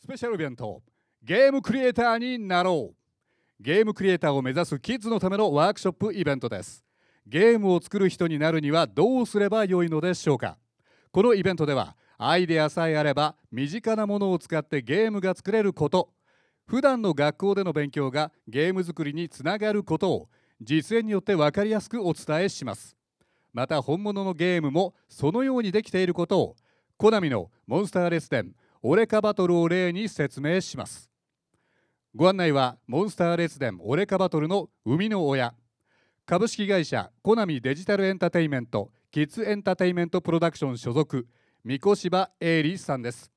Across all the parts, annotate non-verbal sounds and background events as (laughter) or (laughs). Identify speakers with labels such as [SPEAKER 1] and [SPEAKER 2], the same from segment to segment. [SPEAKER 1] スペシャルイベントゲームクリエイターになろうゲームクリエイターを目指すキッズのためのワークショップイベントですゲームを作る人になるにはどうすればよいのでしょうかこのイベントではアイデアさえあれば身近なものを使ってゲームが作れること普段の学校での勉強がゲーム作りにつながることを実演によって分かりやすくお伝えしますまた本物のゲームもそのようにできていることをコナミのモンスターレス展オレカバトルを例に説明しますご案内はモンスターレス伝オレカバトルの生みの親株式会社コナミデジタルエンタテイメントキッズエンタテイメントプロダクション所属三越芝英里さんです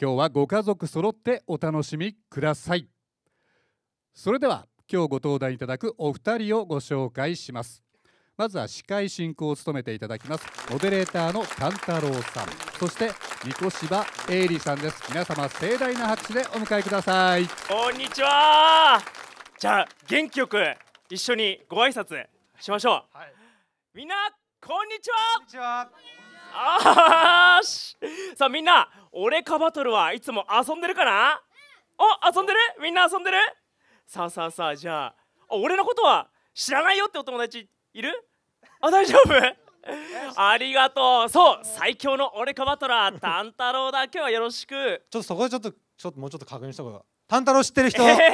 [SPEAKER 1] 今日はご家族揃ってお楽しみくださいそれでは今日ご登壇いただくお二人をご紹介しますまずは司会進行を務めていただきますモデレーターの勘太郎さんそして三越芝英里さんです皆様盛大な拍手でお迎えください
[SPEAKER 2] こんにちはじゃあ元気よく一緒にご挨拶しましょう、みんなこんにちは
[SPEAKER 3] こんにちは。
[SPEAKER 2] あーしさあみんな俺かバトルはいつも遊んでるかな、お遊んでるみんな遊んでるさあさあさあじゃああ俺のことは知らないよってお友達いるあ大丈
[SPEAKER 3] (laughs)
[SPEAKER 2] 夫ありがとうそう最強の俺かバトラータンタロウだけはよろしく
[SPEAKER 3] ちょっとそこでちょっとちょっともうちょっと確認した方が。タンタロウ知ってる人。
[SPEAKER 2] (laughs) え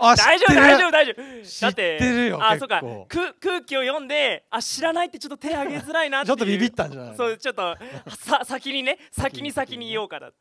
[SPEAKER 3] あ
[SPEAKER 2] 大丈夫大丈夫。大丈夫だって
[SPEAKER 3] 知ってるよ
[SPEAKER 2] あ
[SPEAKER 3] 結構
[SPEAKER 2] そうかく空気を読んであ知らないってちょっと手上げづらいなって
[SPEAKER 3] (laughs) ち
[SPEAKER 2] い
[SPEAKER 3] ょっとビビったんじゃない。
[SPEAKER 2] そ
[SPEAKER 3] は
[SPEAKER 2] うちょっとさ先に
[SPEAKER 3] (laughs)
[SPEAKER 2] ね先に先に言おうかだ
[SPEAKER 3] い。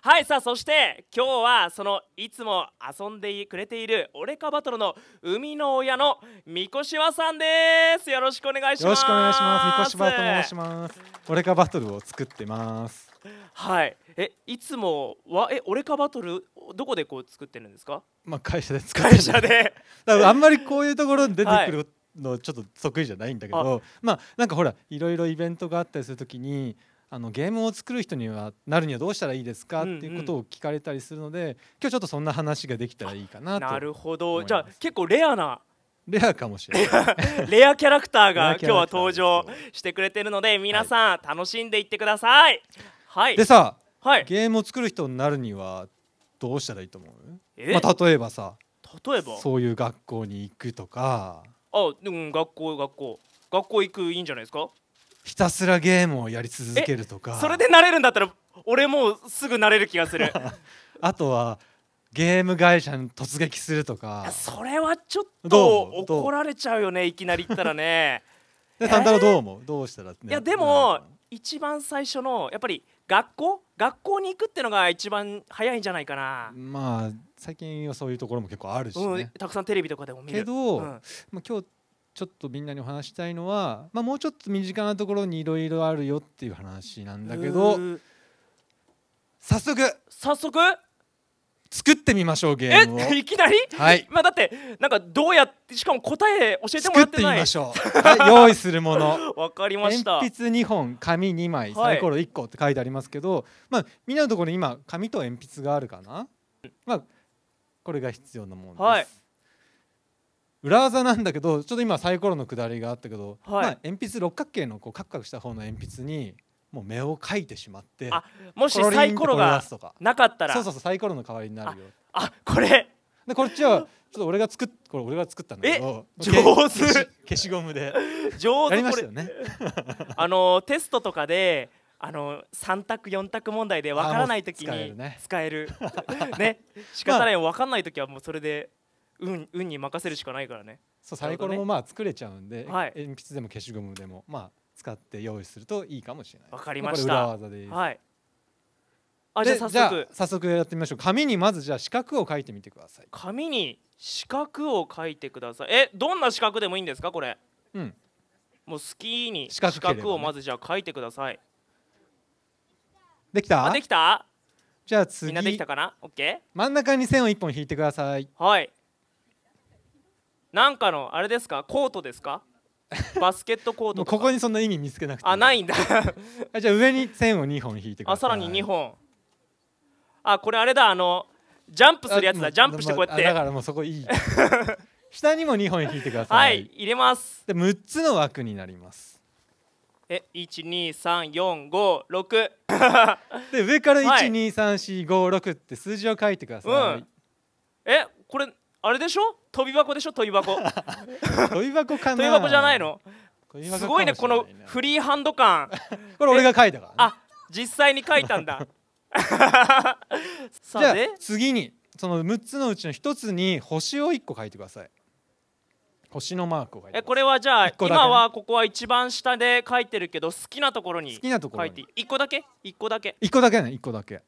[SPEAKER 2] はいさあそして今日はそのいつも遊んでくれているオレカバトルの生みの親のみこしわさんですよろしくお願いします
[SPEAKER 3] よろしくお願いします。みこしばと申します。俺がバトルを作ってます。
[SPEAKER 2] はいえいつもはえオレカバトルどこでこう作ってるんですか
[SPEAKER 3] まあ会社で作ってる
[SPEAKER 2] 会社。で
[SPEAKER 3] (laughs) だからあんまりこういうところに出てくるのちょっと得意じゃないんだけど、まあなんかほらいろいろイベントがあったりするときに。あのゲームを作る人にはなるにはどうしたらいいですかっていうことを聞かれたりするので、今日ちょっとそんな話ができたらいいかなと
[SPEAKER 2] なるほど
[SPEAKER 3] 思います
[SPEAKER 2] じゃあ結構レアな
[SPEAKER 3] レアかもしれない
[SPEAKER 2] レアキャラクターが
[SPEAKER 3] レア
[SPEAKER 2] 今
[SPEAKER 3] キ
[SPEAKER 2] 日
[SPEAKER 3] ャ
[SPEAKER 2] は
[SPEAKER 3] ラクター
[SPEAKER 2] 登
[SPEAKER 3] です
[SPEAKER 2] 場してくれてるので皆さん楽しんでいってくださいはい
[SPEAKER 3] でさ
[SPEAKER 2] (laughs) はい
[SPEAKER 3] ゲームを作る人になるにはどうしたらいいと思う、
[SPEAKER 2] え
[SPEAKER 3] まあ、例えばさ
[SPEAKER 2] 例えば
[SPEAKER 3] そういう学校に行くとか
[SPEAKER 2] あでも学校学校学校行くいいんじゃないですか
[SPEAKER 3] ひたすらゲームをやり続けるとか
[SPEAKER 2] それで慣れるんだったら俺もうすぐ慣れる気がする
[SPEAKER 3] (laughs) あとはゲーム会社に突撃すると
[SPEAKER 2] い
[SPEAKER 3] か
[SPEAKER 2] やそれはちょっと
[SPEAKER 3] どうどう
[SPEAKER 2] 怒られちゃうよねいきなり言ったらね
[SPEAKER 3] でタンタロウどう思うどうしたら、 (laughs) ね、
[SPEAKER 2] いやで
[SPEAKER 3] な
[SPEAKER 2] も
[SPEAKER 3] るかな
[SPEAKER 2] 一番最初のやっぱり学校学校に行くってのが一番早いんじゃないかな、
[SPEAKER 3] まあ最近はそういうところも結構あるしね、
[SPEAKER 2] うん、たくさんテレビとかでも見る
[SPEAKER 3] けど
[SPEAKER 2] うん
[SPEAKER 3] まあ、今日ちょっとみんなにお話ししたいのは、まあ、もうちょっと身近なところにいろいろあるよっていう話なんだけ
[SPEAKER 2] う
[SPEAKER 3] ど
[SPEAKER 2] ー
[SPEAKER 3] 早速
[SPEAKER 2] 早速
[SPEAKER 3] 作ってみましょうゲームを
[SPEAKER 2] えいきなり、
[SPEAKER 3] はい
[SPEAKER 2] まあだってなんかどうやってしかも答え教えても
[SPEAKER 3] 作
[SPEAKER 2] らっ
[SPEAKER 3] っ
[SPEAKER 2] て
[SPEAKER 3] てみ
[SPEAKER 2] ない
[SPEAKER 3] ましょう、はい、用意する
[SPEAKER 2] (laughs)
[SPEAKER 3] もの
[SPEAKER 2] わかりま
[SPEAKER 3] 鉛
[SPEAKER 2] した
[SPEAKER 3] 筆2本紙2枚
[SPEAKER 2] はい
[SPEAKER 3] サイコロ1個って書いてありますけど、まあみんなのところに今紙と鉛筆があるかなまあこれが必要なものです、
[SPEAKER 2] はい
[SPEAKER 3] 裏技なんだけどちょっと今サイコロの下りがあったけど、
[SPEAKER 2] はい
[SPEAKER 3] まあ、鉛筆六角形のこうカクカクした方の鉛筆にもう目を描いてしまって
[SPEAKER 2] あもし
[SPEAKER 3] コロリン
[SPEAKER 2] サイコロが
[SPEAKER 3] ってこれ出すとか
[SPEAKER 2] なかったら
[SPEAKER 3] そうそうそうサイコロの代わりになるよ
[SPEAKER 2] あこれ
[SPEAKER 3] でこっちはちょっと俺が作っこれ俺が作ったんだけど
[SPEAKER 2] え上手
[SPEAKER 3] 消し消しゴムで
[SPEAKER 2] 上
[SPEAKER 3] や
[SPEAKER 2] 手
[SPEAKER 3] りま
[SPEAKER 2] これ
[SPEAKER 3] したよ (laughs) ね
[SPEAKER 2] あのテストとかであの3択4択問題でわからないとき
[SPEAKER 3] あもう使える
[SPEAKER 2] に
[SPEAKER 3] ね
[SPEAKER 2] 使える (laughs) ね仕方ないわかんないときはもうそれで運運に任せるしかないからね
[SPEAKER 3] そう
[SPEAKER 2] な
[SPEAKER 3] サ
[SPEAKER 2] る
[SPEAKER 3] イ
[SPEAKER 2] ほ
[SPEAKER 3] コ
[SPEAKER 2] どね
[SPEAKER 3] ロもまあ作れちゃうんで、
[SPEAKER 2] はい
[SPEAKER 3] 鉛筆でも消しゴムでもまあ使って用意するといいかもしれない。
[SPEAKER 2] わかりました
[SPEAKER 3] あこれ裏技です。
[SPEAKER 2] はいあじゃ
[SPEAKER 3] で
[SPEAKER 2] あ早
[SPEAKER 3] じゃあ
[SPEAKER 2] 速
[SPEAKER 3] 早速やってみましょう。紙にまずじゃあ四角を書いてみてください。
[SPEAKER 2] 紙に四角を書いてくださいえどんな四角でもいいんですかこれ
[SPEAKER 3] うん。
[SPEAKER 2] もう好きに
[SPEAKER 3] 四
[SPEAKER 2] 四
[SPEAKER 3] 角ければね
[SPEAKER 2] 角をまずじゃあ書いてください
[SPEAKER 3] できた？
[SPEAKER 2] あできた
[SPEAKER 3] じゃあ
[SPEAKER 2] み
[SPEAKER 3] 次
[SPEAKER 2] んなできたかなオッケ
[SPEAKER 3] 真ん中に線を一本引いてください。
[SPEAKER 2] ーはいなんかのあれですかコートです
[SPEAKER 3] (laughs)
[SPEAKER 2] かバスケットコー
[SPEAKER 3] も
[SPEAKER 2] ト
[SPEAKER 3] う
[SPEAKER 2] とか
[SPEAKER 3] ここにそんな意味見つけなくてい
[SPEAKER 2] あない
[SPEAKER 3] い。
[SPEAKER 2] ん
[SPEAKER 3] (laughs)
[SPEAKER 2] だ
[SPEAKER 3] あじゃあ上に線を二本引いてくだ
[SPEAKER 2] あ
[SPEAKER 3] さい。
[SPEAKER 2] さらに2本あこれあれだあのジャンプするやつ
[SPEAKER 3] あも
[SPEAKER 2] だ
[SPEAKER 3] う
[SPEAKER 2] ジャンプしてこうやっ
[SPEAKER 3] あだか
[SPEAKER 2] て
[SPEAKER 3] らもうそこ (laughs) いい。下にも二本引いてください。
[SPEAKER 2] はい入れます
[SPEAKER 3] で六つの枠になります。
[SPEAKER 2] え一二三四五六。
[SPEAKER 3] で上から
[SPEAKER 2] はい
[SPEAKER 3] 123456って数字を書いてください。
[SPEAKER 2] えこれあれでしょ？飛び箱でしょ？飛び
[SPEAKER 3] (laughs)
[SPEAKER 2] 箱。
[SPEAKER 3] 問い箱かな。
[SPEAKER 2] 飛び箱じゃない。の？すごいねこの
[SPEAKER 3] こ
[SPEAKER 2] フリーハンド感。
[SPEAKER 3] れ俺が書いたからね。
[SPEAKER 2] あ実際に書いたん
[SPEAKER 3] (laughs)
[SPEAKER 2] だ。 (laughs) さ
[SPEAKER 3] じゃ
[SPEAKER 2] あ
[SPEAKER 3] あ
[SPEAKER 2] で
[SPEAKER 3] 次にその6つのうちの1つに星を1個書いてください。星のマークを書いてください。
[SPEAKER 2] えこれはじゃあ
[SPEAKER 3] 一個だけね
[SPEAKER 2] 今はここは一番下で書いてるけど好きなところに
[SPEAKER 3] 好きなところ
[SPEAKER 2] 書
[SPEAKER 3] に
[SPEAKER 2] いていい一個だけ一個だけ
[SPEAKER 3] 1個だけね1個だけ。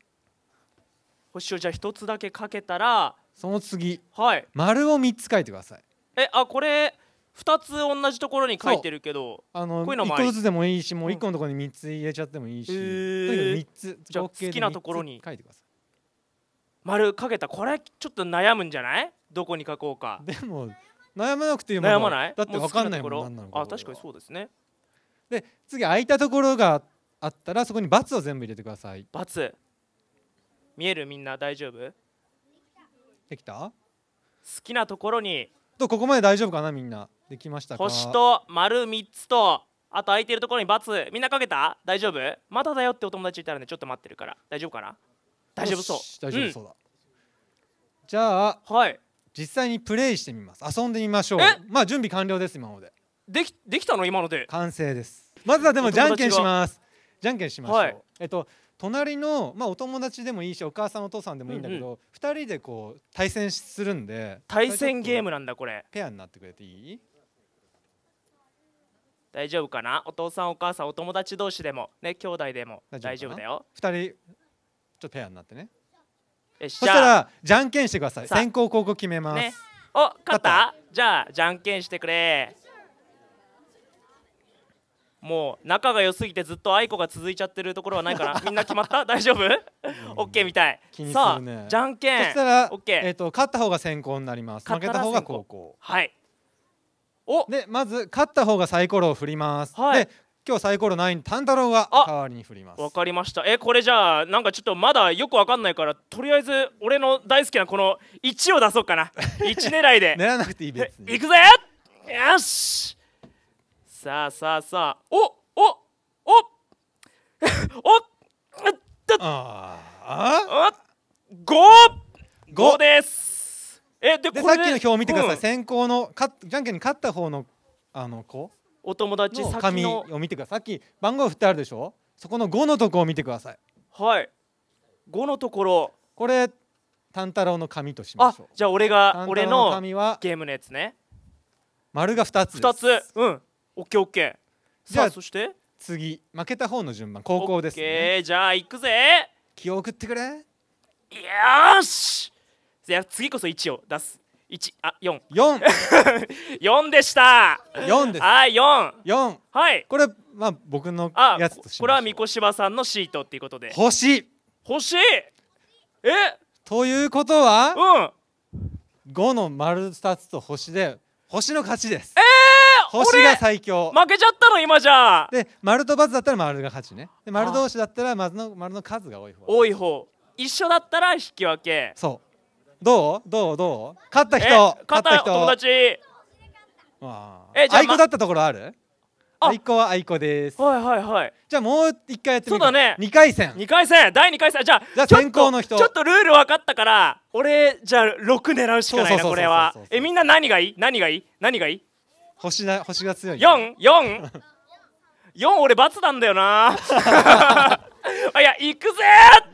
[SPEAKER 2] 星をじゃあ一つだけ書けたら
[SPEAKER 3] その次
[SPEAKER 2] はい
[SPEAKER 3] 丸を3つ書いてください。
[SPEAKER 2] えあこれ二つ同じところに書いてるけど
[SPEAKER 3] あの
[SPEAKER 2] こういうの
[SPEAKER 3] 1
[SPEAKER 2] もあ
[SPEAKER 3] 個
[SPEAKER 2] り
[SPEAKER 3] ずつでもいいしもう1個のところに3つ入れちゃってもいいし、
[SPEAKER 2] へー
[SPEAKER 3] とにかく3つ
[SPEAKER 2] じゃあ
[SPEAKER 3] 合計で
[SPEAKER 2] 好きなところに
[SPEAKER 3] 三つ書いてくださ
[SPEAKER 2] 丸書けたこれちょっと悩むんじゃないどこに書こうか
[SPEAKER 3] い。でも悩まなくていいもん
[SPEAKER 2] 悩まない
[SPEAKER 3] だって分かんないもん
[SPEAKER 2] もう好
[SPEAKER 3] な
[SPEAKER 2] き
[SPEAKER 3] んなの
[SPEAKER 2] ところあ確かにそうですね
[SPEAKER 3] で次空いたところがあったらそこに×を全部入れてください
[SPEAKER 2] ×見えるみんな大丈夫好
[SPEAKER 3] できた
[SPEAKER 2] きなところに
[SPEAKER 3] とここまで大丈夫かなみんなできましたか
[SPEAKER 2] 星と丸3つとあと空いてるところに×みんなかけた大丈夫まだだよってお友達いたらねちょっと待ってるから大丈夫かな大丈夫そう
[SPEAKER 3] よし大丈夫そうだ、じゃあ
[SPEAKER 2] うんはい
[SPEAKER 3] 実際にプレイしてみます遊んでみましょう
[SPEAKER 2] え
[SPEAKER 3] まあ準備完了です今まで
[SPEAKER 2] できできたの今ので
[SPEAKER 3] 完成ですまずはでも
[SPEAKER 2] お
[SPEAKER 3] じゃ
[SPEAKER 2] 友達
[SPEAKER 3] ん
[SPEAKER 2] が
[SPEAKER 3] けんしますじゃんけんしましょう、
[SPEAKER 2] はい
[SPEAKER 3] えっと隣のまあお友達でもいいしお母さんお父さんでもいいんだけど、二人でこう対戦するんで
[SPEAKER 2] 対戦ゲーム
[SPEAKER 3] これ
[SPEAKER 2] な
[SPEAKER 3] ちょっ
[SPEAKER 2] んだこれ
[SPEAKER 3] とペアになってくれていい
[SPEAKER 2] 大丈夫かなお父さんお母さんお友達同士でもね兄弟でも大
[SPEAKER 3] 大
[SPEAKER 2] 丈
[SPEAKER 3] 丈夫
[SPEAKER 2] 夫
[SPEAKER 3] かな
[SPEAKER 2] だよ
[SPEAKER 3] 二人ちょっとペアになってね
[SPEAKER 2] よし
[SPEAKER 3] そ
[SPEAKER 2] じ
[SPEAKER 3] した
[SPEAKER 2] ゃあ
[SPEAKER 3] らじゃんけんしてください
[SPEAKER 2] さあ
[SPEAKER 3] 先行後攻決めます、
[SPEAKER 2] ねお勝った
[SPEAKER 3] 勝った
[SPEAKER 2] じゃあじゃんけんしてくれもう仲が良すぎてずっと愛子が続いちゃってるところはない
[SPEAKER 3] (laughs)
[SPEAKER 2] かなみんな決まった大丈夫オッケーみたい
[SPEAKER 3] 気にす
[SPEAKER 2] さ
[SPEAKER 3] るね
[SPEAKER 2] あじゃんけ
[SPEAKER 3] そ
[SPEAKER 2] ん
[SPEAKER 3] したら、
[SPEAKER 2] オッケー
[SPEAKER 3] えっと勝った方が先行になります負
[SPEAKER 2] 勝
[SPEAKER 3] け
[SPEAKER 2] った
[SPEAKER 3] た
[SPEAKER 2] ら
[SPEAKER 3] 方が
[SPEAKER 2] 先攻
[SPEAKER 3] 後攻
[SPEAKER 2] はいお
[SPEAKER 3] でまず勝った方がサイコロを振ります、
[SPEAKER 2] はい
[SPEAKER 3] で今日サイコロないんでタンタロウが
[SPEAKER 2] あ
[SPEAKER 3] 代わりに振ります
[SPEAKER 2] わかりましたえこれじゃあなんかちょっとまだよくわかんないからとりあえず俺の大好きなこの1を出そう
[SPEAKER 3] (laughs)
[SPEAKER 2] かな1狙いで
[SPEAKER 3] 狙わなくていい別に
[SPEAKER 2] いくぜよしさあさあさあおおおおおっ
[SPEAKER 3] あーあ
[SPEAKER 2] 5!5
[SPEAKER 3] 五
[SPEAKER 2] ですえで
[SPEAKER 3] ーで
[SPEAKER 2] こ
[SPEAKER 3] さっ
[SPEAKER 2] れ
[SPEAKER 3] きの表を見てください、
[SPEAKER 2] うん
[SPEAKER 3] 先行の勝っじゃんけんに勝った方のあの子
[SPEAKER 2] お友達
[SPEAKER 3] の
[SPEAKER 2] 先
[SPEAKER 3] 紙
[SPEAKER 2] の
[SPEAKER 3] を見てくださいさっき番号振ってあるでしょそこの5のとこを見てください
[SPEAKER 2] はい5のところ
[SPEAKER 3] これタンタロウの紙としま
[SPEAKER 2] あ
[SPEAKER 3] しょう
[SPEAKER 2] じゃあ俺
[SPEAKER 3] タンタ
[SPEAKER 2] が
[SPEAKER 3] ロウ
[SPEAKER 2] 俺
[SPEAKER 3] の
[SPEAKER 2] の
[SPEAKER 3] 紙は
[SPEAKER 2] ゲームのやつね
[SPEAKER 3] 丸が2つです
[SPEAKER 2] 2つうんオッケーオッケー
[SPEAKER 3] じ
[SPEAKER 2] さ
[SPEAKER 3] ゃあ
[SPEAKER 2] あそして
[SPEAKER 3] 次負けた方の順番高校です、
[SPEAKER 2] オッ
[SPEAKER 3] ね、
[SPEAKER 2] ケーじゃあ行くぜ
[SPEAKER 3] 気を送ってくれ
[SPEAKER 2] よーしじゃあ次こそ1を出す1あ四
[SPEAKER 3] 44
[SPEAKER 2] 4でした
[SPEAKER 3] です
[SPEAKER 2] はい4
[SPEAKER 3] 4
[SPEAKER 2] はい
[SPEAKER 3] これまあ僕の
[SPEAKER 2] あ
[SPEAKER 3] やつ
[SPEAKER 2] こと
[SPEAKER 3] し
[SPEAKER 2] これは
[SPEAKER 3] ま
[SPEAKER 2] 三
[SPEAKER 3] しょ
[SPEAKER 2] 越柴さんのシートっていうこと
[SPEAKER 3] う
[SPEAKER 2] で
[SPEAKER 3] 星
[SPEAKER 2] 欲しいえ
[SPEAKER 3] ということは
[SPEAKER 2] うん
[SPEAKER 3] 5の丸2つと星で星の勝ちですえ星が最強
[SPEAKER 2] 負けちゃったの今じゃあ
[SPEAKER 3] で丸と×だったら丸が勝ちねで丸同士だったら丸の丸の数が多い方
[SPEAKER 2] 多い方一緒だったら引き分け
[SPEAKER 3] そうどうどうどう勝った人
[SPEAKER 2] え
[SPEAKER 3] 勝った
[SPEAKER 2] 肩
[SPEAKER 3] 人
[SPEAKER 2] 友達
[SPEAKER 3] あ
[SPEAKER 2] えじゃあ
[SPEAKER 3] あいこ
[SPEAKER 2] ま
[SPEAKER 3] だったところある
[SPEAKER 2] あ
[SPEAKER 3] あいこはあいこです
[SPEAKER 2] はいはいはい
[SPEAKER 3] じゃあもう一回やって
[SPEAKER 2] そ
[SPEAKER 3] みる
[SPEAKER 2] うだね
[SPEAKER 3] 2回戦
[SPEAKER 2] 二回戦第二回戦じゃあ
[SPEAKER 3] じゃあ
[SPEAKER 2] ちょっと
[SPEAKER 3] 先行の人
[SPEAKER 2] ちょっとルール分かったから俺じゃあ六狙うしかない
[SPEAKER 3] そうそうそう
[SPEAKER 2] な
[SPEAKER 3] そう
[SPEAKER 2] これは
[SPEAKER 3] そうそうそう
[SPEAKER 2] えみんな何がいい何がいい何がいい
[SPEAKER 3] 星だ星が強いね
[SPEAKER 2] 四四四俺罰なんだよな (laughs) あいや行くぜ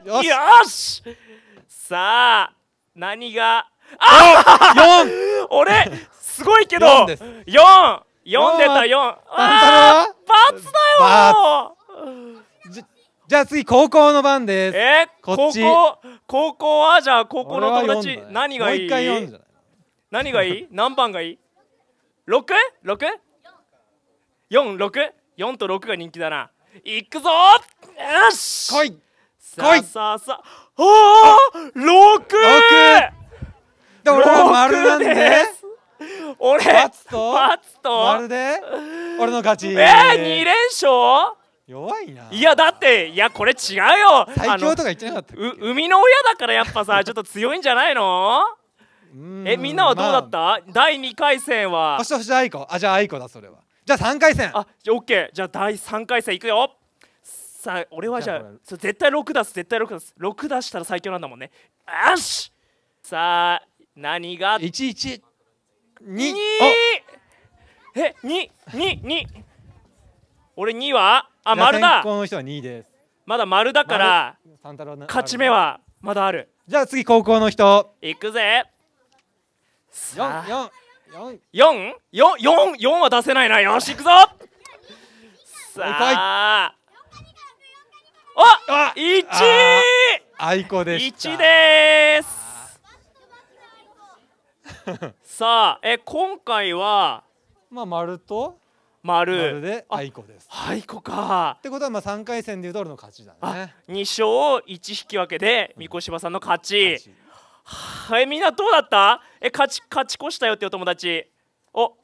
[SPEAKER 3] よ
[SPEAKER 2] よ
[SPEAKER 3] し
[SPEAKER 2] しさあ何が
[SPEAKER 3] 四。
[SPEAKER 2] 俺すごいけど
[SPEAKER 3] 四です
[SPEAKER 2] 四四出た四
[SPEAKER 3] あ
[SPEAKER 2] あ
[SPEAKER 3] ん
[SPEAKER 2] ー罰だ
[SPEAKER 3] じじゃあ次高校の番です。
[SPEAKER 2] よえ
[SPEAKER 3] こ
[SPEAKER 2] 高
[SPEAKER 3] っち
[SPEAKER 2] 校高校はじゃあ高校の
[SPEAKER 3] 俺は
[SPEAKER 2] 友
[SPEAKER 3] 読
[SPEAKER 2] 達
[SPEAKER 3] んだね
[SPEAKER 2] 何が
[SPEAKER 3] もう
[SPEAKER 2] い
[SPEAKER 3] 一
[SPEAKER 2] い
[SPEAKER 3] 回読んじゃない。
[SPEAKER 2] 何がいい何番がいい ?6?6?4、6?4 と6が人気だな。いくぞよし
[SPEAKER 3] 来い。
[SPEAKER 2] さ
[SPEAKER 3] 来
[SPEAKER 2] あ
[SPEAKER 3] い
[SPEAKER 2] さあさあ、あー 6!
[SPEAKER 3] で俺は丸なんで。
[SPEAKER 2] です俺、
[SPEAKER 3] バツと
[SPEAKER 2] バツ
[SPEAKER 3] 丸
[SPEAKER 2] と
[SPEAKER 3] で。俺の勝ち。
[SPEAKER 2] えー、2連勝
[SPEAKER 3] 弱いな。
[SPEAKER 2] いや、だって、いや、これ違うよ
[SPEAKER 3] 最強とか
[SPEAKER 2] あの
[SPEAKER 3] 言ってなかったっけ。
[SPEAKER 2] う生みの親だからやっぱさ、ちょっと強いんじゃないの
[SPEAKER 3] うーん
[SPEAKER 2] え、みんなはどうだっ
[SPEAKER 3] ま
[SPEAKER 2] た第2回戦
[SPEAKER 3] あ
[SPEAKER 2] は。
[SPEAKER 3] 星と星あいこ。あじゃああいこだそれは。じゃあ3回戦
[SPEAKER 2] あじゃあオッケーじゃあ第3回戦いくよさあ俺はじゃあ
[SPEAKER 3] じゃあこれ
[SPEAKER 2] そう絶対6出す絶対6出す6出したら最強なんだもんねよしさあ何が
[SPEAKER 3] 112
[SPEAKER 2] 2え二二二俺2はあ丸だ
[SPEAKER 3] 先攻の人は2位です
[SPEAKER 2] まだ丸だから
[SPEAKER 3] 三太郎な
[SPEAKER 2] 勝ち目はまだある
[SPEAKER 3] じゃあ次高校の人
[SPEAKER 2] いくぜさあ
[SPEAKER 3] 4 4
[SPEAKER 2] 4 4 4 4は出せないなよしいくぞさああ
[SPEAKER 3] あ
[SPEAKER 2] 一
[SPEAKER 3] あ愛子でした
[SPEAKER 2] 1でー
[SPEAKER 3] (laughs)
[SPEAKER 2] すさあえ今回は
[SPEAKER 3] まあ丸と
[SPEAKER 2] 丸
[SPEAKER 3] 丸で
[SPEAKER 2] あ
[SPEAKER 3] 愛子ですっ
[SPEAKER 2] はいこか
[SPEAKER 3] てことはまあ3回戦でいうと俺の勝ちだね
[SPEAKER 2] 2勝1引き分けで三越柴さんの勝ち
[SPEAKER 3] 勝ち
[SPEAKER 2] はいみんなどうだったえ勝ち勝ち越したよってお友達お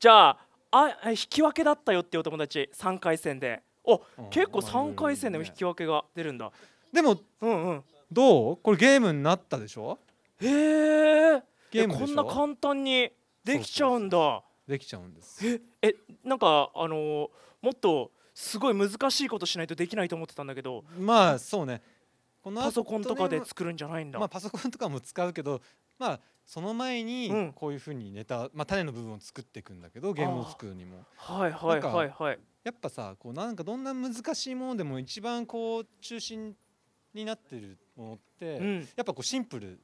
[SPEAKER 2] じゃああえ引き分けだったよってお友達3回戦でお
[SPEAKER 3] ん
[SPEAKER 2] 結構
[SPEAKER 3] まあ
[SPEAKER 2] 3回戦でも
[SPEAKER 3] いろいろね
[SPEAKER 2] 引き分けが出るんだ
[SPEAKER 3] でも
[SPEAKER 2] うんうん
[SPEAKER 3] どうこれゲームになったでしょ
[SPEAKER 2] へえ
[SPEAKER 3] ゲームでし
[SPEAKER 2] こ
[SPEAKER 3] ょ
[SPEAKER 2] んな簡単にできちゃうんだ
[SPEAKER 3] できちゃうんです
[SPEAKER 2] えなんかあのーもっとすごい難しいことしないとできないと思ってたんだけど
[SPEAKER 3] まあそうねこの後
[SPEAKER 2] パソコンとかで
[SPEAKER 3] ね
[SPEAKER 2] 作るんじゃないんだ、
[SPEAKER 3] まあパソコンとかも使うけどまあその前
[SPEAKER 2] うん
[SPEAKER 3] にこういうふうにネタ、まあ、種の部分を作っていくんだけどゲームを作るにも
[SPEAKER 2] はいはい
[SPEAKER 3] なんか
[SPEAKER 2] はいはい
[SPEAKER 3] やっぱさこうなんかどんな難しいものでも一番こう中心になってるものって、
[SPEAKER 2] うん
[SPEAKER 3] やっぱこうシンプル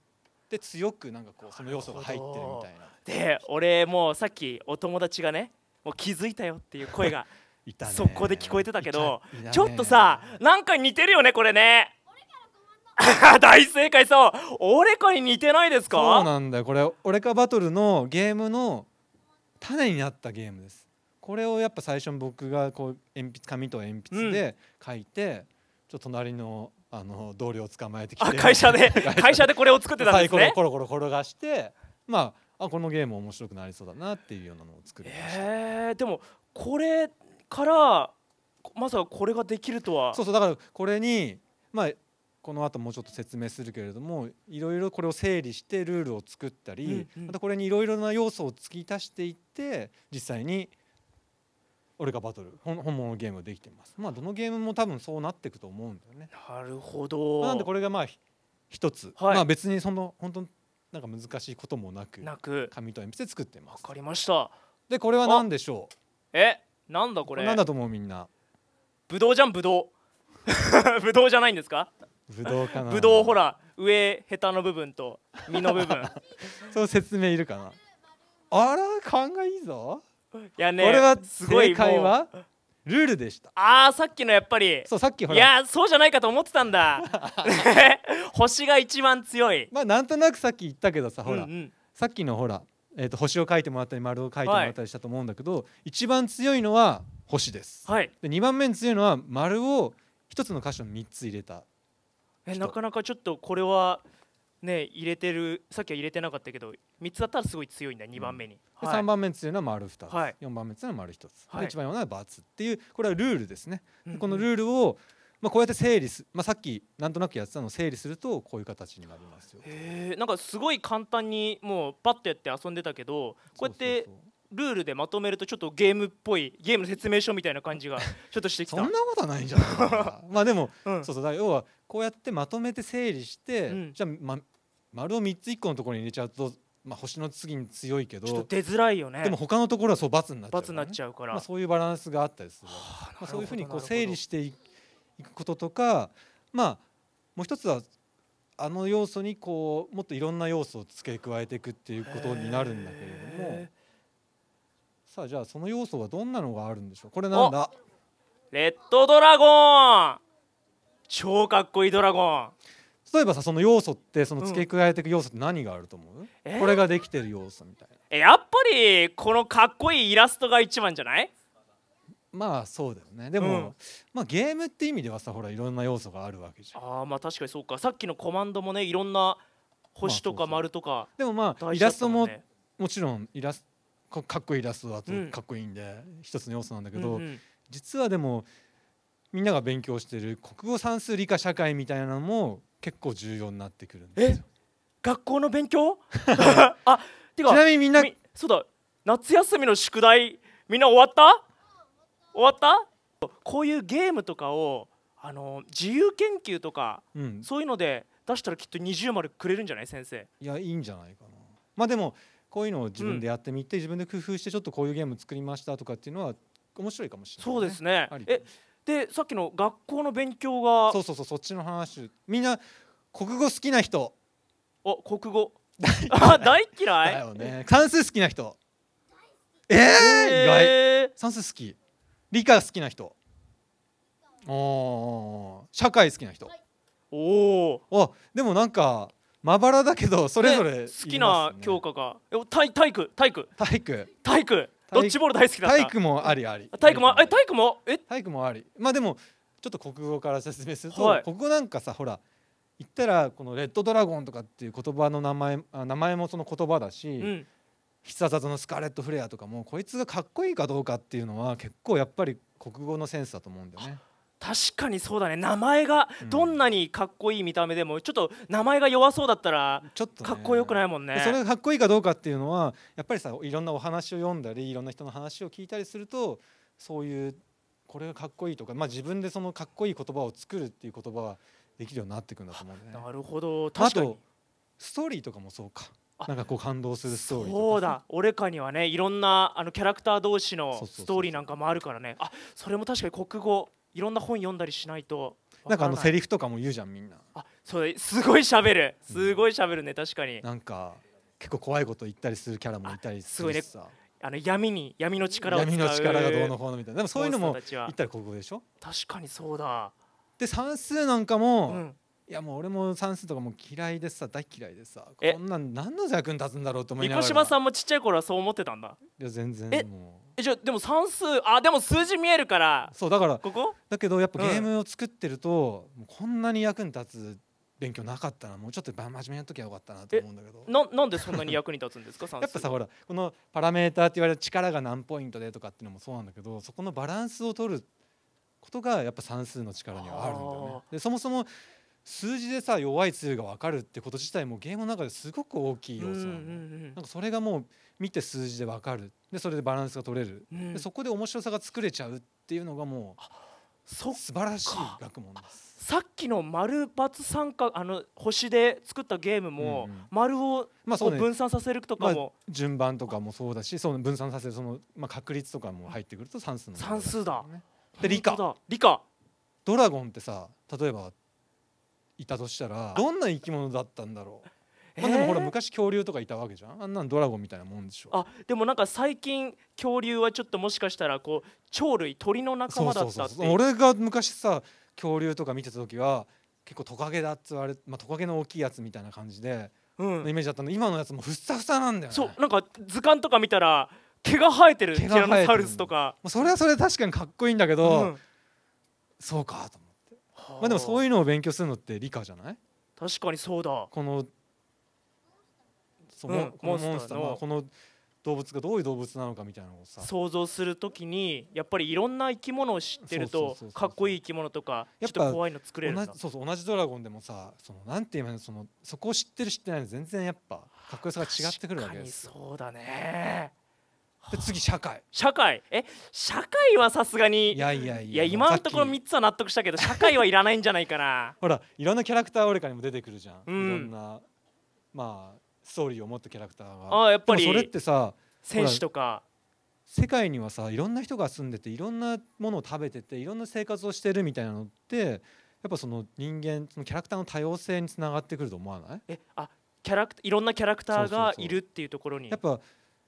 [SPEAKER 3] で強くなんかこうその要素が入ってるみたいな
[SPEAKER 2] で俺もうさっきお友達がねもう気づいたよっていう声
[SPEAKER 3] (laughs)
[SPEAKER 2] が
[SPEAKER 3] いたね
[SPEAKER 2] そこで聞こえてたけど
[SPEAKER 3] いたいたね
[SPEAKER 2] ちょっとさなんか似てるよねこれね (laughs) 大正解そう俺かに似てないですか
[SPEAKER 3] そうなんだよこれ「俺かバトル」のゲームの種になったゲームですこれをやっぱ最初に僕がこう鉛筆紙と鉛筆で書いて、ちょっと隣のあの同僚を捕まえてき
[SPEAKER 2] あ
[SPEAKER 3] て
[SPEAKER 2] 会社
[SPEAKER 3] (laughs)
[SPEAKER 2] で会社でこれを作ってたん
[SPEAKER 3] サ
[SPEAKER 2] で
[SPEAKER 3] イ
[SPEAKER 2] す
[SPEAKER 3] コロ
[SPEAKER 2] ね
[SPEAKER 3] コロコロ転がしてまああこのゲーム面白くなりそうだなっていうようなのを作りました、
[SPEAKER 2] えー、でもこれからまさかこれができるとは
[SPEAKER 3] そうそうだからこれにまあこの後もうちょっと説明するけれどもいろいろこれを整理してルールを作ったり、
[SPEAKER 2] うんうん
[SPEAKER 3] またこれにいろいろな要素を突き足していって実際に俺がバトル本本物のゲームができてますまあどのゲームも多分そうなっていくと思うんだよね、
[SPEAKER 2] なるほど、
[SPEAKER 3] まあなんでこれがまあひ一つ、
[SPEAKER 2] はい
[SPEAKER 3] まあ別にその本当なんか難しいこともなく
[SPEAKER 2] なく
[SPEAKER 3] 紙と鉛筆で作ってま
[SPEAKER 2] わ
[SPEAKER 3] す
[SPEAKER 2] かりました
[SPEAKER 3] でこれは何でしょう
[SPEAKER 2] えなんだこ
[SPEAKER 3] こ
[SPEAKER 2] れ
[SPEAKER 3] れ何だと思うみんな
[SPEAKER 2] ぶどうじゃんぶ (laughs) どうぶどうじゃないんですか
[SPEAKER 3] ぶどうかな
[SPEAKER 2] ぶどうほら上ヘタの部分と実の
[SPEAKER 3] (laughs)
[SPEAKER 2] 部分い
[SPEAKER 3] そう説明いるかなあら勘がいいぞ
[SPEAKER 2] やね
[SPEAKER 3] これは
[SPEAKER 2] すごい
[SPEAKER 3] 正解
[SPEAKER 2] もう
[SPEAKER 3] はルールでした
[SPEAKER 2] あーさっきのやっぱり
[SPEAKER 3] そうさっきほ
[SPEAKER 2] い
[SPEAKER 3] ら
[SPEAKER 2] やそうじゃないかと思ってたん
[SPEAKER 3] (laughs)
[SPEAKER 2] だね星が一番強い
[SPEAKER 3] まあなんとなくさっき言ったけどさほら、
[SPEAKER 2] うんうん
[SPEAKER 3] さっきのほら、えー、と星を書いてもらったり丸を書いてもらったりしたと思うんだけど、一番強いのは星です、
[SPEAKER 2] はい
[SPEAKER 3] で2番目に強いのは丸を一つの箇所に3つ入れた
[SPEAKER 2] え
[SPEAKER 3] 人
[SPEAKER 2] なかなかちょっとこれはね入れてるさっきは入れてなかったけど3つだったらすごい強いんだ2番目に、
[SPEAKER 3] で
[SPEAKER 2] はい
[SPEAKER 3] 3番目に強いのは丸2つ、
[SPEAKER 2] はい
[SPEAKER 3] 4番目に強いのは丸1つ、
[SPEAKER 2] はい
[SPEAKER 3] で一番弱いのは×っていうこれはルールですね、
[SPEAKER 2] うんうん
[SPEAKER 3] このルールを、まあ、こうやって整理す、まあ、さっきなんとなくやってたのを整理するとこういう形になりますよ。
[SPEAKER 2] へえなんかすごい簡単にもうパッとやって遊んでたけどこうやって
[SPEAKER 3] そうそう
[SPEAKER 2] ルールでまとめるとちょっとゲームっぽいゲームの説明書みたいな感じがちょっとしてき
[SPEAKER 3] そ
[SPEAKER 2] た
[SPEAKER 3] うそんなことはないんじゃないかな
[SPEAKER 2] (laughs)
[SPEAKER 3] まあでも、
[SPEAKER 2] うん
[SPEAKER 3] そうそうだから要はこうやってまとめて整理して、
[SPEAKER 2] うん
[SPEAKER 3] じゃあ、ま、丸を3つ1個のところに入れちゃうと、まあ、星の次に強いけ
[SPEAKER 2] ちょっと
[SPEAKER 3] ど
[SPEAKER 2] 出づらいよね
[SPEAKER 3] でも他のところはそう×になっちゃうからね、
[SPEAKER 2] 罰になっちゃうから、
[SPEAKER 3] まあ、そういうバランスがあったりするわけです
[SPEAKER 2] はあ
[SPEAKER 3] まあ、そういうふうにこう
[SPEAKER 2] なるほど
[SPEAKER 3] 整理していいくこととかまあもう一つはあの要素にこうもっといろんな要素を付け加えていくっていうことになるんだけれども
[SPEAKER 2] へ
[SPEAKER 3] さあじゃあその要素はどんなのがあるんでしょうこれなんだ
[SPEAKER 2] えレッドドラゴン超かっこいいドラゴン
[SPEAKER 3] 例えばさその要素ってその
[SPEAKER 2] うん
[SPEAKER 3] 付け加えていく要素って何があると思う、
[SPEAKER 2] えー
[SPEAKER 3] これができてる要素みたいな
[SPEAKER 2] えやっぱりこのかっこいいイラストが一番じゃない
[SPEAKER 3] まあそうだよねでも、
[SPEAKER 2] うん
[SPEAKER 3] まあ、ゲームって意味ではさほらいろんな要素があるわけじゃん
[SPEAKER 2] あーまあ確かにそうかさっきのコマンドもねいろんな星とか
[SPEAKER 3] まあ
[SPEAKER 2] 丸とか
[SPEAKER 3] でもまあ
[SPEAKER 2] 大
[SPEAKER 3] イ
[SPEAKER 2] 事だ
[SPEAKER 3] ラ
[SPEAKER 2] っ
[SPEAKER 3] ス
[SPEAKER 2] た
[SPEAKER 3] トも
[SPEAKER 2] んね
[SPEAKER 3] もちろんイラストかっこいいイラストだと
[SPEAKER 2] うん
[SPEAKER 3] かっこいいんで、一つの要素なんだけど、
[SPEAKER 2] うんうん
[SPEAKER 3] 実はでもみんなが勉強してる国語算数理科社会みたいなのも結構重要になってくるんですよ (laughs)
[SPEAKER 2] え学校の勉強あて
[SPEAKER 3] ちな
[SPEAKER 2] か
[SPEAKER 3] みにみんな
[SPEAKER 2] みそうだ夏休みの宿題みんな終わった終わったこういうゲームとかをあの自由研究とか
[SPEAKER 3] うん、
[SPEAKER 2] そういうので出したらきっと20丸くれるんじゃない先生
[SPEAKER 3] いやいいんじゃないかなまあでもこういうのを自分でやってみて、自分で工夫してちょっとこういうゲーム作りましたとかっていうのは面白いかもしれない、
[SPEAKER 2] そうですね
[SPEAKER 3] あり
[SPEAKER 2] えでさっきの学校の勉強が
[SPEAKER 3] そうそうそうそっちの話みんな国語好きな人
[SPEAKER 2] あ国語あ大嫌い
[SPEAKER 3] だよね算数好きな人えー、意外
[SPEAKER 2] えー
[SPEAKER 3] 算数好き理科好きな人おー社会好きな人
[SPEAKER 2] おお
[SPEAKER 3] あでもなんかまばらだけどそれぞれ、
[SPEAKER 2] ね好きな教科がえ体体育体育
[SPEAKER 3] 科体育
[SPEAKER 2] 体育ドッジボール大好きだった
[SPEAKER 3] 体育もありあり
[SPEAKER 2] 体育もえ体育もえ
[SPEAKER 3] 体育もありまあでもちょっと国語から説明すると、
[SPEAKER 2] はい
[SPEAKER 3] 国語なんかさほら言ったらこの「レッドドラゴン」とかっていう言葉の名前あ名前もその言葉だし、
[SPEAKER 2] うん
[SPEAKER 3] 必殺技のスカーレット・フレアとかもこいつがかっこいいかどうかっていうのは結構やっぱり国語のセンスだと思うんだよね。
[SPEAKER 2] 確かにそうだね名前が
[SPEAKER 3] うん
[SPEAKER 2] どんなにかっこいい見た目でもちょっと名前が弱そうだったら
[SPEAKER 3] ちょっとね
[SPEAKER 2] かっこよくないもん
[SPEAKER 3] でそれ
[SPEAKER 2] ね
[SPEAKER 3] がかっこいいかどうかっていうのはやっぱりさいろんなお話を読んだりいろんな人の話を聞いたりするとそういうこれがかっこいいとか、まあ、自分でそのかっこいい言葉を作るっていう言葉はできるようになってくんだと思うんだよね。
[SPEAKER 2] なるほど
[SPEAKER 3] あ
[SPEAKER 2] 確かに
[SPEAKER 3] とストーリーとかもそうか
[SPEAKER 2] あ
[SPEAKER 3] なんかこう感動するストーリーとか
[SPEAKER 2] そうだ俺かにはねいろんなあのキャラクター同士
[SPEAKER 3] そうそ
[SPEAKER 2] の
[SPEAKER 3] うそうそ
[SPEAKER 2] ス
[SPEAKER 3] う
[SPEAKER 2] トーリーなんかもあるからねあそれも確かに国語いろんな本読んだりしないと
[SPEAKER 3] なんかあのセ
[SPEAKER 2] リ
[SPEAKER 3] リフとかも言うじゃんみんな
[SPEAKER 2] あそうだすごい喋るすごい喋るね確かに
[SPEAKER 3] なんか結構怖いこと言ったりするキャラもいたりするしさ、
[SPEAKER 2] あの闇に闇の力を使う
[SPEAKER 3] 闇の力がどうのこうのみたいなでもそういうのも
[SPEAKER 2] モン
[SPEAKER 3] 言
[SPEAKER 2] スターたちは
[SPEAKER 3] ったら国語でしょ
[SPEAKER 2] 確かにそうだ
[SPEAKER 3] で算数なんか
[SPEAKER 2] う
[SPEAKER 3] も、
[SPEAKER 2] ん
[SPEAKER 3] いやもう俺も算数とかもう嫌いでさ大嫌いでさ
[SPEAKER 2] え
[SPEAKER 3] こんなん何の役に立つんだろうと思い
[SPEAKER 2] 三
[SPEAKER 3] なが
[SPEAKER 2] 越
[SPEAKER 3] ら
[SPEAKER 2] 島さ
[SPEAKER 3] ん
[SPEAKER 2] んもちっちゃい頃はそう思ってたんだ
[SPEAKER 3] いや全然
[SPEAKER 2] え
[SPEAKER 3] もう
[SPEAKER 2] えじゃあでも算数あでも数字見えるから
[SPEAKER 3] そうだから
[SPEAKER 2] ここ
[SPEAKER 3] だけどやっ
[SPEAKER 2] う
[SPEAKER 3] ぱゲ
[SPEAKER 2] ん
[SPEAKER 3] ームを作ってると、もうこんなに役に立つ勉強なかったなもうちょっと真面目な時はよかったなと思うんだけど
[SPEAKER 2] ななんでそんなに役に立つんですか算数
[SPEAKER 3] やっぱさほらこのパラメーターって言われる力が何ポイントでとかっていうのもそうなんだけどそこのバランスを取ることがやっぱ算数の力にはあるんだよね。でそもそも数字でさ弱い強いが分かるってこと自体もゲームの中ですごく大きい要素なんだよ
[SPEAKER 2] うんうん
[SPEAKER 3] なんかそれがもう見て数字で分かるでそれでバランスが取れる、
[SPEAKER 2] うんうん
[SPEAKER 3] でそこで面白さが作れちゃうっていうのがも
[SPEAKER 2] そうっ
[SPEAKER 3] 素晴らしい学問です。
[SPEAKER 2] さっきの丸×三角あの星で作ったゲームも、
[SPEAKER 3] うんうん
[SPEAKER 2] 丸を
[SPEAKER 3] まあ
[SPEAKER 2] こ
[SPEAKER 3] そううね
[SPEAKER 2] 分散させるとか
[SPEAKER 3] まあ
[SPEAKER 2] も、
[SPEAKER 3] 順番とかもそうだしその分散させるその、まあ、確率とかも入ってくると算数の問題
[SPEAKER 2] 算数だ
[SPEAKER 3] ねで理
[SPEAKER 2] 本当
[SPEAKER 3] 科
[SPEAKER 2] だ理科
[SPEAKER 3] ドラゴンってさ例えばいたとしたらどんな生き物だったんだろう、まあ、でもほら
[SPEAKER 2] えー
[SPEAKER 3] 昔恐竜とかいたわけじゃんあんなんドラゴンみたいなもんでしょ
[SPEAKER 2] あでもなんか最近恐竜はちょっともしかしたらこう鳥類鳥の仲
[SPEAKER 3] そう
[SPEAKER 2] 間だ
[SPEAKER 3] そう
[SPEAKER 2] った
[SPEAKER 3] そう
[SPEAKER 2] って
[SPEAKER 3] そう俺が昔さ恐竜とか見てた時は結構トカゲだっつわれ、まあ、トカゲの大きいやつみたいな感じで、
[SPEAKER 2] うん
[SPEAKER 3] イメージだったんで今のやつもふっさふさなんだよね
[SPEAKER 2] そう
[SPEAKER 3] も
[SPEAKER 2] なんか図鑑とか見たら毛が生えてるテ
[SPEAKER 3] 毛
[SPEAKER 2] ィ
[SPEAKER 3] が生
[SPEAKER 2] ラ
[SPEAKER 3] えてる
[SPEAKER 2] ノサウルスとか、
[SPEAKER 3] うそれはそれで確かにかっこいいんだけど、
[SPEAKER 2] うん
[SPEAKER 3] そうかと思ってまあでもそう
[SPEAKER 2] は
[SPEAKER 3] いうのを勉強するのって理科じゃない
[SPEAKER 2] あ確かにそうだ
[SPEAKER 3] このそう
[SPEAKER 2] うん
[SPEAKER 3] もこの
[SPEAKER 2] モ
[SPEAKER 3] モ
[SPEAKER 2] ン
[SPEAKER 3] ン
[SPEAKER 2] スタ
[SPEAKER 3] スタ
[SPEAKER 2] ー
[SPEAKER 3] ー
[SPEAKER 2] の
[SPEAKER 3] まあこの動物がどういう動物なのかみたいなのをさ
[SPEAKER 2] 想像するときにやっぱりいろんな生き物を知ってる
[SPEAKER 3] そうそ
[SPEAKER 2] と
[SPEAKER 3] うそうそう
[SPEAKER 2] かっこいい生き物とかちょ
[SPEAKER 3] や
[SPEAKER 2] っ
[SPEAKER 3] っぱ
[SPEAKER 2] と怖いの作れるん
[SPEAKER 3] 同
[SPEAKER 2] だ
[SPEAKER 3] じそうそう同じドラゴンでもさそのなんて言えばいいのそのそこを知ってる知ってないの全然やっぱかっこよさが違ってくるわけですよ
[SPEAKER 2] 確かにそうだね
[SPEAKER 3] で次社会
[SPEAKER 2] 社会え社会はさすがに
[SPEAKER 3] いやいやい
[SPEAKER 2] い
[SPEAKER 3] や
[SPEAKER 2] や今のところ
[SPEAKER 3] もうさっき
[SPEAKER 2] 3つは納得したけど社会はいらないんじゃないか
[SPEAKER 3] (laughs)
[SPEAKER 2] な
[SPEAKER 3] ほらいろんなキャラクター俺かにも出てくるじゃん、
[SPEAKER 2] うん
[SPEAKER 3] いろんなまあストーリーを持ったキャラクターが
[SPEAKER 2] あーやっぱり
[SPEAKER 3] でもそれってさ
[SPEAKER 2] 選手とか
[SPEAKER 3] 世界にはさいろんな人が住んでていろんなものを食べてていろんな生活をしてるみたいなのってやっぱその人間そのキャラクターの多様性につながってくると思わない
[SPEAKER 2] えあキャラクターいろんなキャラクター
[SPEAKER 3] そうそ
[SPEAKER 2] が
[SPEAKER 3] うそう
[SPEAKER 2] いるっていうところに
[SPEAKER 3] やっぱ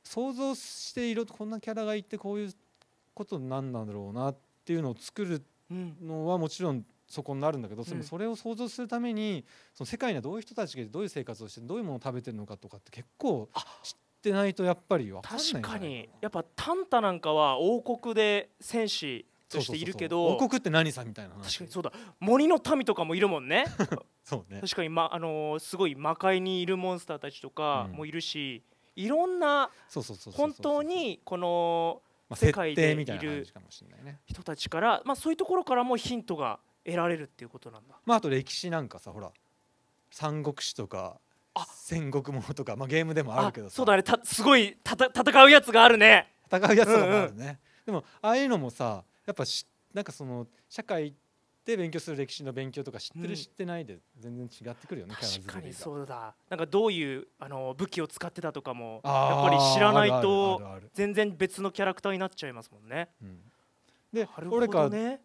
[SPEAKER 3] 想像していろこんなキャラがいてこういうことなんなんだろうなっていうのを作る
[SPEAKER 2] うん
[SPEAKER 3] のはもちろんそこになるんだけど、で
[SPEAKER 2] うん
[SPEAKER 3] もそれを想像するためにその世界にはどういう人たちがいてどういう生活をしてどういうものを食べてるのかとかって結構知ってないとやっぱり分かんないんじゃ
[SPEAKER 2] 確
[SPEAKER 3] ない
[SPEAKER 2] かにやっぱタンタなんかは王国で戦士と
[SPEAKER 3] そう
[SPEAKER 2] し
[SPEAKER 3] そうそうそう
[SPEAKER 2] ているけど
[SPEAKER 3] 王国って何さみたいな
[SPEAKER 2] 確
[SPEAKER 3] 話
[SPEAKER 2] かにそうだ森の民とかもいるもん
[SPEAKER 3] (laughs)
[SPEAKER 2] ね
[SPEAKER 3] そうね
[SPEAKER 2] 確かに、まあのーすごい魔界にいるモンスターたちとか
[SPEAKER 3] うん
[SPEAKER 2] もいるし、いろんな
[SPEAKER 3] そうそうそうそうそう
[SPEAKER 2] 本当にこの
[SPEAKER 3] まあ
[SPEAKER 2] 世界でいる
[SPEAKER 3] 設定みたいな感じかもしれないね、
[SPEAKER 2] 人たちから、まあ、そういうところからもヒントが得られるっていうことなんだ
[SPEAKER 3] まあ、あと歴史なんかさほら三国志とか
[SPEAKER 2] あ
[SPEAKER 3] 戦国ものとか、まあ、ゲームでもあるけどさ
[SPEAKER 2] そうだねたすごいたた戦うやつがあるね
[SPEAKER 3] 戦うやつとかもあるね、でもああいうのもさやっぱしなんかその社会で勉強する歴史の勉強とか知ってる、
[SPEAKER 2] うん
[SPEAKER 3] 知ってないで全然違ってくるよね
[SPEAKER 2] 確かに
[SPEAKER 3] う
[SPEAKER 2] そうだなんかどういうあの武器を使ってたとかもや
[SPEAKER 3] あー
[SPEAKER 2] っぱり知らないと
[SPEAKER 3] あるあるある
[SPEAKER 2] 全然別のキャラクターになっちゃいますもんね
[SPEAKER 3] うんで
[SPEAKER 2] なる
[SPEAKER 3] 俺
[SPEAKER 2] ほ
[SPEAKER 3] か
[SPEAKER 2] ど
[SPEAKER 3] ら
[SPEAKER 2] ね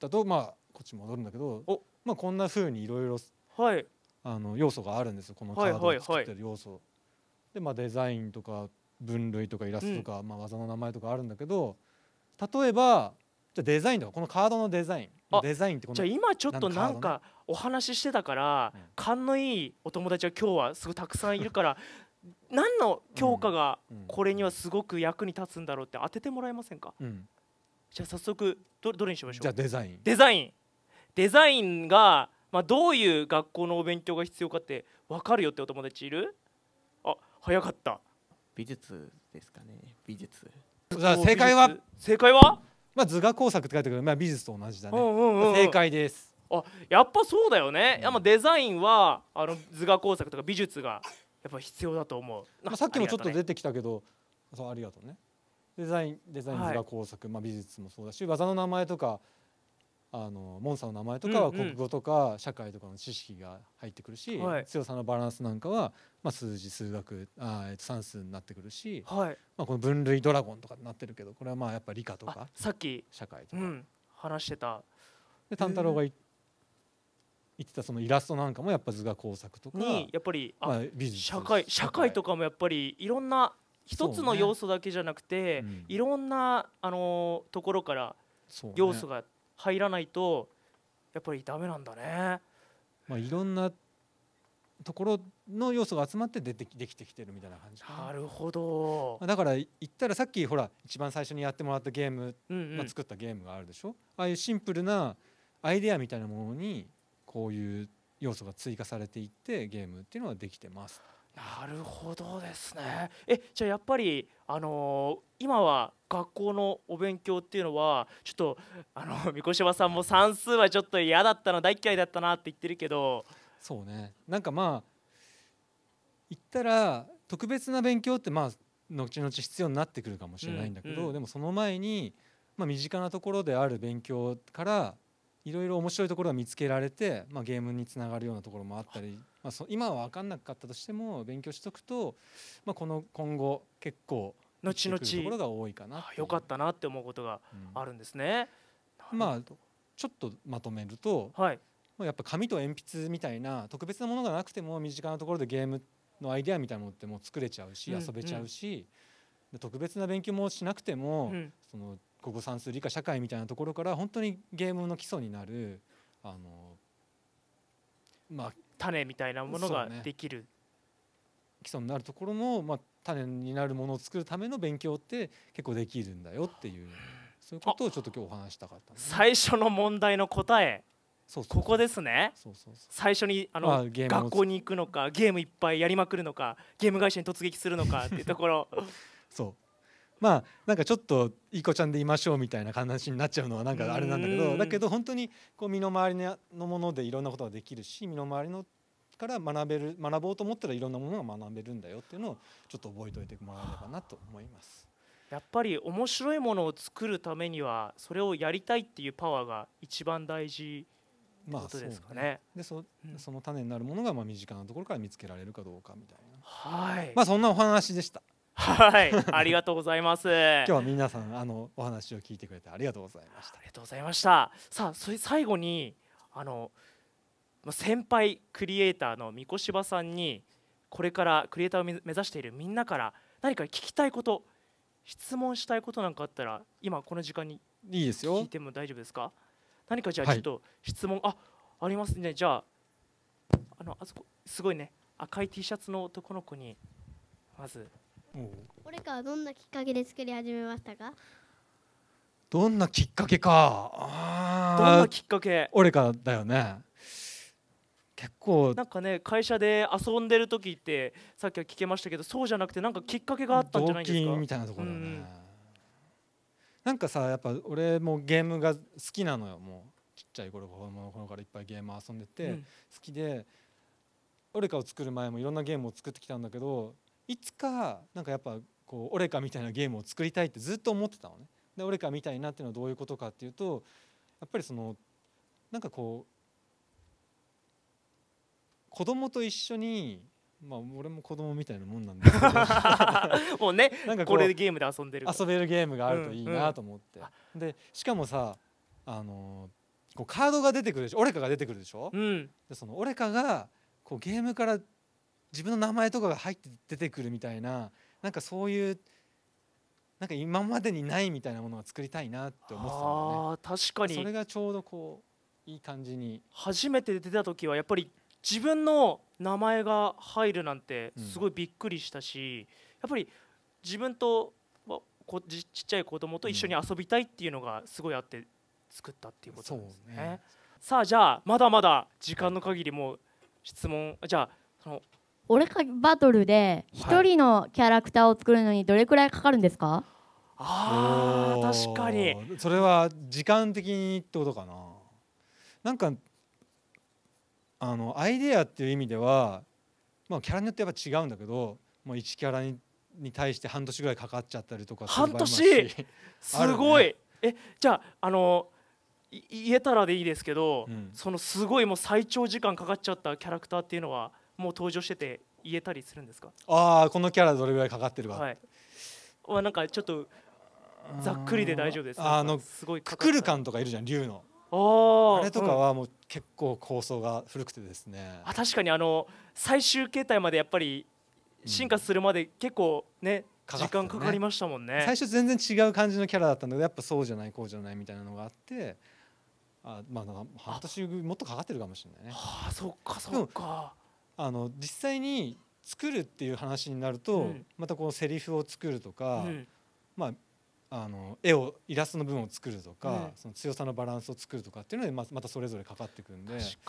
[SPEAKER 3] だとまあこっち戻るんだけど
[SPEAKER 2] お
[SPEAKER 3] まあこんな風にいろいろ
[SPEAKER 2] はい
[SPEAKER 3] あの要素があるんですよこのカ
[SPEAKER 2] はい
[SPEAKER 3] ード
[SPEAKER 2] はい
[SPEAKER 3] を作ってる要素、でまあデザインとか分類とかイラストとか、まあ技の名前とかあるんだけど例えばじゃあデザインとかこのカードのデザイン
[SPEAKER 2] あ
[SPEAKER 3] デザインってこ
[SPEAKER 2] じゃ
[SPEAKER 3] の
[SPEAKER 2] あ今ちょっとな
[SPEAKER 3] なんんか
[SPEAKER 2] かお話ししてたから
[SPEAKER 3] うん
[SPEAKER 2] 勘のいいお友達が今日はすごいたくさんいるから
[SPEAKER 3] (laughs)
[SPEAKER 2] 何の教科が
[SPEAKER 3] うん
[SPEAKER 2] これにはすごく役に立つんだろうって当ててもらえませんか
[SPEAKER 3] うん、
[SPEAKER 2] じゃあ早速どどれにしましょ
[SPEAKER 3] じゃあ
[SPEAKER 2] う
[SPEAKER 3] デザイン
[SPEAKER 2] デザインデザインが、まあ、どういう学校のお勉強が必要かって分かるよってお友達いるあ早かった
[SPEAKER 4] 美術ですかね美術
[SPEAKER 3] じゃあ正解は
[SPEAKER 2] 美術正解は、
[SPEAKER 3] まあ図画工作って書いてあるけど、まあ、美術と同じだ
[SPEAKER 2] う
[SPEAKER 3] ね、
[SPEAKER 2] んうんうんうん
[SPEAKER 3] 正解です
[SPEAKER 2] あやっぱそうだよね、
[SPEAKER 3] うん
[SPEAKER 2] やっぱデザインはあの図画工作とか美術がやっぱ必要だと思う、
[SPEAKER 3] まあ、さっきもちょっと
[SPEAKER 2] で
[SPEAKER 3] 出てきたけどそうありがとうねデザインデザイン
[SPEAKER 2] はい
[SPEAKER 3] 図画工作、まあ、美術もそうだし技の名前とかあのモンスターの名前とか
[SPEAKER 2] う
[SPEAKER 3] は
[SPEAKER 2] んうん
[SPEAKER 3] 国語とか社会とかの知識が入ってくるし、
[SPEAKER 2] はい
[SPEAKER 3] 強さのバランスなんかは、まあ、数字数学あーえっと算数になってくるし、
[SPEAKER 2] はい
[SPEAKER 3] まあ、この分類ドラゴンとかになってるけどこれはまあやっぱ理科と
[SPEAKER 2] あ
[SPEAKER 3] か
[SPEAKER 2] さっき、
[SPEAKER 3] 社会と
[SPEAKER 2] う
[SPEAKER 3] か、
[SPEAKER 2] ん、話してた
[SPEAKER 3] で炭太郎がい言ってたそのイラストなんかもやっぱ図画工作とか、
[SPEAKER 2] にやっぱりあ、
[SPEAKER 3] まあ、美術
[SPEAKER 2] 社会社会と
[SPEAKER 3] か、
[SPEAKER 2] かもやっぱりいろんな一つの要素だけじゃなくて、
[SPEAKER 3] うん
[SPEAKER 2] いろんなあのーところから
[SPEAKER 3] そうね
[SPEAKER 2] 要素が入らないとやっぱりダメなんだね。
[SPEAKER 3] まあ、いろんなところの要素が集まって出てきできてきてるみたいな感じかな
[SPEAKER 2] なるほど
[SPEAKER 3] まあ、。だからい言ったらさっきほら一番最初にやってもらったゲーム、
[SPEAKER 2] うんう
[SPEAKER 3] まあ、
[SPEAKER 2] ん。
[SPEAKER 3] 作ったゲームがあるでしょ、ああいうシンプルなアイデアみたいなものにこういう要素が追加されていってゲームっていうのはできてます。
[SPEAKER 2] なるほどですね。え、じゃあやっぱりあのー今は学校のお勉強っていうのはちょっとあの (laughs) 三越さんも算数はちょっと嫌だったな大嫌いだったなって言ってるけど、
[SPEAKER 3] そうねなんかまあ言ったら特別な勉強ってまあ後々必要になってくるかもしれないんだけど、
[SPEAKER 2] うんうん
[SPEAKER 3] でもその前に、まあ、身近なところである勉強からいろいろ面白いところが見つけられて、まあ、ゲームにつながるようなところもあったり、まあ、そ今は分かんなかったとしても勉強しとくと、まあ、この今後結構生きて
[SPEAKER 2] 後
[SPEAKER 3] くるとこ
[SPEAKER 2] 々
[SPEAKER 3] ろが多いかな
[SPEAKER 2] あ良かったなって思うことが
[SPEAKER 3] た
[SPEAKER 2] あるんですね。
[SPEAKER 3] まあちょっとまとめると
[SPEAKER 2] あはい。
[SPEAKER 3] もうやっぱ紙と鉛筆みたいな特別なものがなくても身近なところでゲームのアイデアみたいなものってもう作れちゃうし
[SPEAKER 2] うん
[SPEAKER 3] 遊べちゃうし、で特別な勉強もしなくても、
[SPEAKER 2] うん
[SPEAKER 3] その国語算数理科社会みたいなところから本当にゲームの基礎になるあの、まあ、
[SPEAKER 2] 種みたいなもの
[SPEAKER 3] そ
[SPEAKER 2] が
[SPEAKER 3] うね
[SPEAKER 2] できる。
[SPEAKER 3] 基礎になるところの、まあ、種になるものを作るための勉強って結構できるんだよっていうそういうことをちょっと今日お話したかったね、
[SPEAKER 2] 最初の問題の答え
[SPEAKER 3] そうそう
[SPEAKER 2] ここですね
[SPEAKER 3] そうそうそ
[SPEAKER 2] 最初にあの、
[SPEAKER 3] まあゲームを
[SPEAKER 2] 学校に行くのかゲームいっぱいやりまくるのかゲーム会社に突撃するのかっていうとこ
[SPEAKER 3] (laughs)
[SPEAKER 2] ろ
[SPEAKER 3] うそうまあなんかちょっといい子ちゃんでいましょうみたいな話になっちゃうのはなんかあれなんだけ
[SPEAKER 2] うー
[SPEAKER 3] ど
[SPEAKER 2] ん
[SPEAKER 3] だけど本当にこう身の回りのものでいろんなことができるし身の回りのから学べる学ぼうと思ったらいろんなものが学べるんだよっていうのをちょっと覚えておいてもらえればなと思います。
[SPEAKER 2] やっぱり面白いものを作るためにはそれをやりたいっていうパワーが一番大事って
[SPEAKER 3] ま
[SPEAKER 2] ことですか
[SPEAKER 3] そう
[SPEAKER 2] ね。
[SPEAKER 3] でそ
[SPEAKER 2] うん
[SPEAKER 3] その種になるものがまあ身近なところから見つけられるかどうかみたいな。
[SPEAKER 2] はい、
[SPEAKER 3] まあそんなお話でした。
[SPEAKER 2] はいありがとうござい
[SPEAKER 3] (laughs)
[SPEAKER 2] ます。
[SPEAKER 3] 今日は皆さんあのお話を聞いてくれてありがとうございました
[SPEAKER 2] あ。りがとうございました。さあ、それ最後にあのまあ先輩クリエイターの三越柴さんにこれからクリエイターを目目指しているみんなから何か聞きたいこと、質問したいことなんかあったら今この時間に
[SPEAKER 3] いいです
[SPEAKER 2] 聞い
[SPEAKER 3] よ。
[SPEAKER 2] ても大丈夫ですか？何かじゃあ
[SPEAKER 3] は
[SPEAKER 2] ち
[SPEAKER 3] い
[SPEAKER 2] ょっと質問、あありますね。じゃああのあそこすごいね赤い T シャツの男の子にまず
[SPEAKER 5] 俺かはどんなきっかけで作り始めましたか
[SPEAKER 3] どんなきっかけか。
[SPEAKER 2] どんな
[SPEAKER 3] ああ、
[SPEAKER 2] きっかけ？
[SPEAKER 3] 俺からだよね。結構
[SPEAKER 2] なんかね会社で遊んでる時ってさっきは聞けましたけどそうじゃなくてなんかきっかけがあったんじゃない
[SPEAKER 3] 同
[SPEAKER 2] んです
[SPEAKER 3] 期
[SPEAKER 2] か
[SPEAKER 3] みたいなところだよね。
[SPEAKER 2] うん
[SPEAKER 3] なんかさやっぱ俺もゲームが好きなのよもうちっちゃい頃子供の頃からいっぱいゲーム遊んでて、
[SPEAKER 2] うん
[SPEAKER 3] 好きでオレカを作る前もいろんなゲームを作ってきたんだけどいつかなんかやっぱこうオレカみたいなゲームを作りたいってずっと思ってたのね。でオレカみたいなっていうのはどういうことかっていうとやっぱりそのなんかこう子供と一緒にまあ俺も子供みたいなもんなんで
[SPEAKER 2] (laughs)
[SPEAKER 3] すけど
[SPEAKER 2] もうね
[SPEAKER 3] なんかこ
[SPEAKER 2] こ
[SPEAKER 3] う
[SPEAKER 2] れでゲームで遊んでる
[SPEAKER 3] 遊べるゲームがあるといい
[SPEAKER 2] うんう
[SPEAKER 3] なんと思って、でしかもさあのこうカードが出てくるでしょオレカが出てくるでしょ、
[SPEAKER 2] うん
[SPEAKER 3] でそのオレカがこうゲームから自分の名前とかが入って出てくるみたいななんかそういうなんか今までにないみたいなものは作りたいなって思ってたん
[SPEAKER 2] あー確か
[SPEAKER 3] だよねそれ
[SPEAKER 2] に
[SPEAKER 3] がちょうどこういい感じに
[SPEAKER 2] 初めて出た時はやっぱり自分の名前が入るなんて
[SPEAKER 3] うん
[SPEAKER 2] すごいびっくりしたし、やっぱり自分と、まあ、こちちっちゃい子供と一緒に遊びたいっていうのがすごいあって作ったっていうことなんです
[SPEAKER 3] そう
[SPEAKER 2] ね
[SPEAKER 3] ね。
[SPEAKER 2] さあじゃあまだまだ時間の限りもう質問じゃあその
[SPEAKER 6] 俺かバトルで一人のキャラクターを作るのにどれくらいかかるんですか、
[SPEAKER 2] あ
[SPEAKER 3] お
[SPEAKER 2] ー
[SPEAKER 3] ー
[SPEAKER 2] 確かに
[SPEAKER 3] それは時間的にってことかななんかあのアイデアっていう意味では、まあ、キャラによってやっぱ違うんだけどもう1キャラにに対して半年ぐらいかかっちゃったりとかする場合もある
[SPEAKER 2] 半
[SPEAKER 3] し、
[SPEAKER 2] すごい、えじゃああのい言えたらでいいですけど、
[SPEAKER 3] うん
[SPEAKER 2] そのすごいもう最長時間かかっちゃったキャラクターっていうのはもう登場してて言えたりするんですか
[SPEAKER 3] ああこのキャラどれぐらいかかってるか、
[SPEAKER 2] はいはなんかちょっとざっくりで大丈夫です
[SPEAKER 3] あの
[SPEAKER 2] すごい
[SPEAKER 3] ククルカ
[SPEAKER 2] ン
[SPEAKER 3] ンとかいるじゃん竜の
[SPEAKER 2] あー
[SPEAKER 3] あれとか
[SPEAKER 2] うん
[SPEAKER 3] はもう結構構想が古くてですね
[SPEAKER 2] あ確かにあの最終形態までやっぱり進化するまで結構ね、
[SPEAKER 3] か
[SPEAKER 2] 時
[SPEAKER 3] かってたね
[SPEAKER 2] 間かかりましたもんね
[SPEAKER 3] 最初全然違う感じのキャラだったんだけどやっぱそうじゃないこうじゃないみたいなのがあってあまあなんか半年もっとかかってるかもしれないね。
[SPEAKER 2] はあそっかそっか、
[SPEAKER 3] あの実際に作るっていう話になると、
[SPEAKER 2] うん
[SPEAKER 3] またこうセリフを作ると
[SPEAKER 2] う
[SPEAKER 3] か、
[SPEAKER 2] ん、
[SPEAKER 3] あの絵をイラストの部分を作るとか、
[SPEAKER 2] うん
[SPEAKER 3] その強さのバランスを作るとかっていうのでままたそれぞれかかってくるんで
[SPEAKER 2] 確かに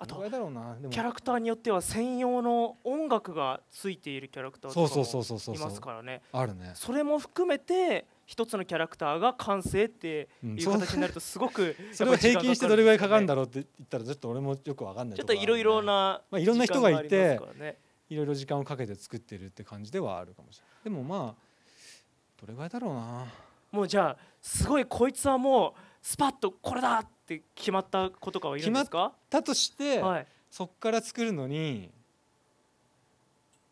[SPEAKER 2] あと
[SPEAKER 3] どれぐらいだろうなでも
[SPEAKER 2] キャラクターによっては専用の音楽がついているキャラクター
[SPEAKER 3] そ
[SPEAKER 2] と
[SPEAKER 3] うそうそう
[SPEAKER 2] か
[SPEAKER 3] そうそ
[SPEAKER 2] も
[SPEAKER 3] う
[SPEAKER 2] いますからね
[SPEAKER 3] あるね、
[SPEAKER 2] それも含めて一つのキャラクターが完成って
[SPEAKER 3] うん
[SPEAKER 2] いう
[SPEAKER 3] そう
[SPEAKER 2] 形になるとすごく
[SPEAKER 3] (laughs) それを平均してどれぐらいかかるんだ
[SPEAKER 2] ろ
[SPEAKER 3] ろうって言ったらちょっと俺もよくわか
[SPEAKER 2] う
[SPEAKER 3] んない
[SPEAKER 2] ちょっ
[SPEAKER 3] ことろがあ
[SPEAKER 2] い
[SPEAKER 3] る
[SPEAKER 2] ろいろな
[SPEAKER 3] まあいろんな人がいて
[SPEAKER 2] 時間がありますからね
[SPEAKER 3] いろいろ時間をかけて作ってるって感じではあるかもしれないでもまあどれぐらいだろうな
[SPEAKER 2] もうじゃあすごいこいつはもうスパッとこれだって決まった子とかはいるんですか
[SPEAKER 3] だとして、
[SPEAKER 2] はい
[SPEAKER 3] そっから作るのに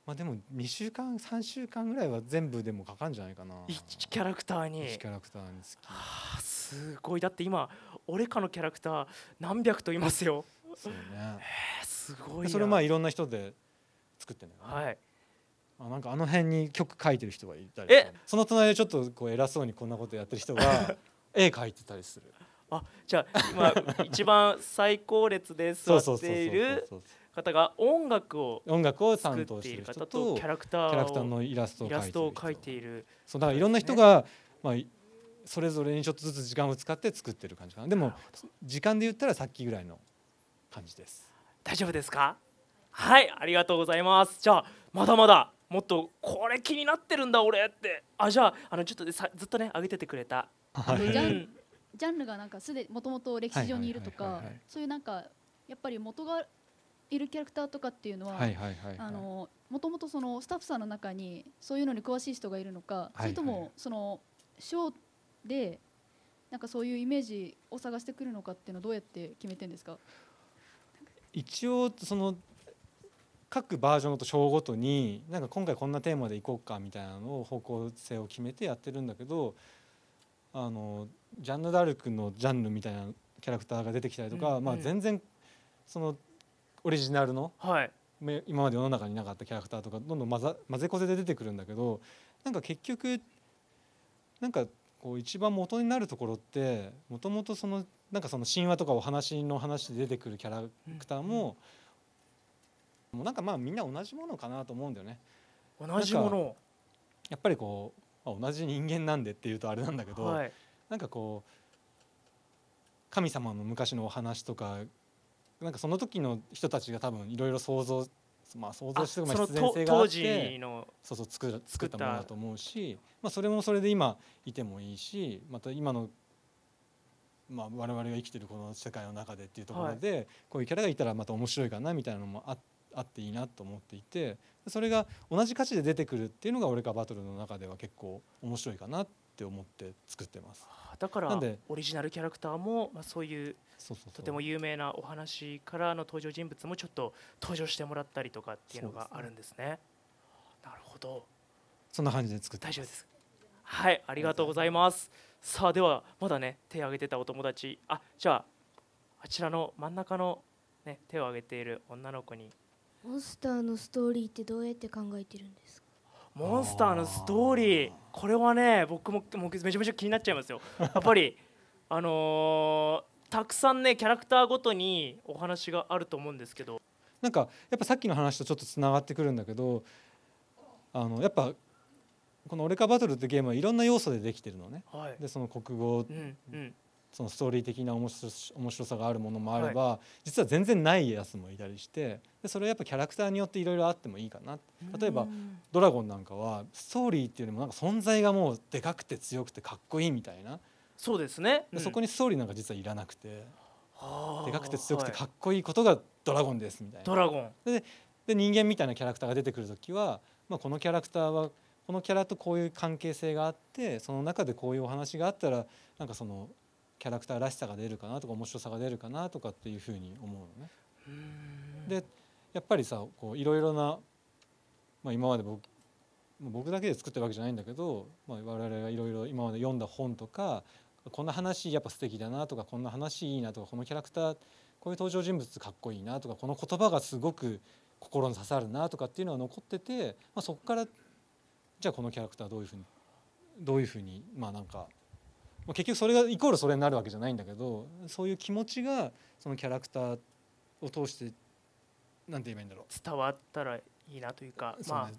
[SPEAKER 3] まあでも2週間3週間ぐらいは全部でもかかるんじゃないかな
[SPEAKER 2] 1キャラクターに
[SPEAKER 3] 一キャラクターにつき
[SPEAKER 2] あすごいだって今俺かのキャラクター何百といますよ
[SPEAKER 3] そうね
[SPEAKER 2] えーすごいな
[SPEAKER 3] それをまあいろんな人で作ってんだよね、
[SPEAKER 2] はい
[SPEAKER 3] あなんかあの辺に曲書いてる人がいたり
[SPEAKER 2] え
[SPEAKER 3] その隣でちょっとこう偉そうにこんなことやってる人
[SPEAKER 2] (laughs)
[SPEAKER 3] が絵描いてたりする
[SPEAKER 2] あじゃあ今一番最高列で座っている
[SPEAKER 3] そう
[SPEAKER 2] 方が音楽を
[SPEAKER 3] 音楽を
[SPEAKER 2] 作
[SPEAKER 3] 担
[SPEAKER 2] っ
[SPEAKER 3] 当して
[SPEAKER 2] い
[SPEAKER 3] てい
[SPEAKER 2] る
[SPEAKER 3] る
[SPEAKER 2] 方
[SPEAKER 3] 人
[SPEAKER 2] と
[SPEAKER 3] と
[SPEAKER 2] キ
[SPEAKER 3] キ
[SPEAKER 2] ャ
[SPEAKER 3] ャ
[SPEAKER 2] ラクタ
[SPEAKER 3] ラクタ
[SPEAKER 2] ー
[SPEAKER 3] ー
[SPEAKER 2] を
[SPEAKER 3] のイラストを
[SPEAKER 2] イ
[SPEAKER 3] 描い
[SPEAKER 2] ラ
[SPEAKER 3] てる
[SPEAKER 2] スト
[SPEAKER 3] 人
[SPEAKER 2] を描いている
[SPEAKER 3] そうだから
[SPEAKER 2] そ
[SPEAKER 3] い
[SPEAKER 2] う
[SPEAKER 3] ろん
[SPEAKER 2] で
[SPEAKER 3] な
[SPEAKER 2] すね
[SPEAKER 3] 人が、まあ、いそれぞれにちょっとずつ時間を使って作ってる感じかなでも時間で言ったらさっきぐらいの感じです
[SPEAKER 2] 大丈夫ですかはいありがとうございますじゃあまだまだもっとこれ気になってるんだ俺ってあじゃああのちょっとさずっとね上げててくれた、
[SPEAKER 7] あのジャ
[SPEAKER 2] う
[SPEAKER 7] ン
[SPEAKER 2] ん
[SPEAKER 7] ジャンルがなんかすでもともと歴史上にいると
[SPEAKER 3] はいは
[SPEAKER 7] か
[SPEAKER 3] いはいはい
[SPEAKER 7] そういうなんかやっぱり元がいるキャラクターとかっていうのは、
[SPEAKER 3] はいはいはい、はい、
[SPEAKER 7] あのもともとそのスタッフさんの中にそういうのに詳しい人がいるのか、
[SPEAKER 3] はいはい
[SPEAKER 7] それともそのショーでなんかそういうイメージを探してくるのかっていうのをどうやって決めてんですか。
[SPEAKER 3] 一応その各バージョンと章ごとになんか今回こんなテーマでいこうかみたいなのを方向性を決めてやってるんだけどあのジャンヌ・ダルクのジャンヌみたいなキャラクターが出てきたりとか、
[SPEAKER 2] うん
[SPEAKER 3] まあ、
[SPEAKER 2] うん
[SPEAKER 3] 全然そのオリジナルの
[SPEAKER 2] はい
[SPEAKER 3] め今まで世の中になかったキャラクターとかどんどん混ざ混ぜこぜで出てくるんだけどなんか結局なんかこう一番元になるところってもともとそのなんかその神話とかお話の話で出てくるキャラクターも、もうなんかまあみんな同じものかなと思うんだよね。
[SPEAKER 2] 同じも
[SPEAKER 3] やっぱりこう、まあ同じ人間なんでっていうとあれなんだけど、
[SPEAKER 2] のはい
[SPEAKER 3] なんかこう神様の昔のお話とかなんかその時の人たちが多分いろいろ想像まあ想像
[SPEAKER 2] あ
[SPEAKER 3] して
[SPEAKER 2] そ
[SPEAKER 3] とか
[SPEAKER 2] の
[SPEAKER 3] 必然
[SPEAKER 2] と
[SPEAKER 3] 性があっ
[SPEAKER 2] 当
[SPEAKER 3] て
[SPEAKER 2] 時の
[SPEAKER 3] そうそう作る
[SPEAKER 2] 作
[SPEAKER 3] 作
[SPEAKER 2] っ
[SPEAKER 3] ったたものだと思うし、まあ、それもそれで今いてもいいしまた今の、まあ、我々が生きてるこの世界の中でっていうところで、こういうキャラがいたらまた面白いかなみたいなのもああっていいなと思っていてそれが同じ価値で出てくるっていうのが「俺かバトル」の中では結構面白いかなって思って作ってます。
[SPEAKER 2] あだから
[SPEAKER 3] なんで
[SPEAKER 2] オリジナルキャラクターも、まあ、そういう
[SPEAKER 3] そうそうそう
[SPEAKER 2] とても有名なお話からの登場人物もちょっと登場してもらったりとかっていうのがあるんですね。なるほど
[SPEAKER 3] そんな感じで作って
[SPEAKER 2] 大
[SPEAKER 3] ます
[SPEAKER 2] 丈夫です。はい、ありがとうございます。さあではまだね手を挙げてたお友達、あじゃああちらの真ん中のね手を挙げている女の子に
[SPEAKER 8] モンスターのストーリーってどうやって考えてるんですか
[SPEAKER 2] モンスターのストーリーこれはね僕ももうめちゃめちゃ気になっちゃいますよやっぱ (laughs) りあのーたくさんねキャラクターごとにお話があると思うんですけど
[SPEAKER 3] なんかやっぱさっきの話とちょっとつながってくるんだけどあのやっぱこの「オレカバトル」ってゲームはいろんな要素でできてるのね。
[SPEAKER 2] はい
[SPEAKER 3] でその国語
[SPEAKER 2] うんうん
[SPEAKER 3] そのストーリー的な面白し面白さがあるものもあれば、実は全然ないやつもいたりしてでそれはやっぱキャラクターによっていろいろあってもいいかな例えば
[SPEAKER 2] うん
[SPEAKER 3] ドラゴンなんかはストーリーっていうよりもなんか存在がもうでかくて強くてかっこいいみたいな
[SPEAKER 2] そうですね、
[SPEAKER 3] でそこ
[SPEAKER 2] に
[SPEAKER 3] にストーリーなんか実はいらなくてで
[SPEAKER 2] で
[SPEAKER 3] かくて強くてかっこいいことがドラゴンですみたいな
[SPEAKER 2] ド。ラゴン
[SPEAKER 3] で人間みたいなキャラクターが出てくる時は、まあ、このキャラクターはこのキャラとこういう関係性があってその中でこういうお話があったらなんかそのキャラクターらしさが出るかなとか面白さが出るかなとかっていうふうに思うのね。
[SPEAKER 2] うん
[SPEAKER 3] でやっぱりさこういろいろな、まあ、今まで僕もう僕だけで作ってるわけじゃないんだけど、まあ、我々がいろいろ今まで読んだ本とかこんな話やっぱ素敵だなとかこんな話いいなとかこのキャラクターこういう登場人物かっこいいなとかこの言葉がすごく心に刺さるなとかっていうのは残ってて、まあ、そこからじゃあこのキャラクターどういうふうにどういうふうにまあなんか、まあ、結局それがイコールそれになるわけじゃないんだけどそういう気持ちがそのキャラクターを通してなんて言えばいいんだろう
[SPEAKER 2] 伝わったらいいなというか
[SPEAKER 3] そうね
[SPEAKER 2] まあ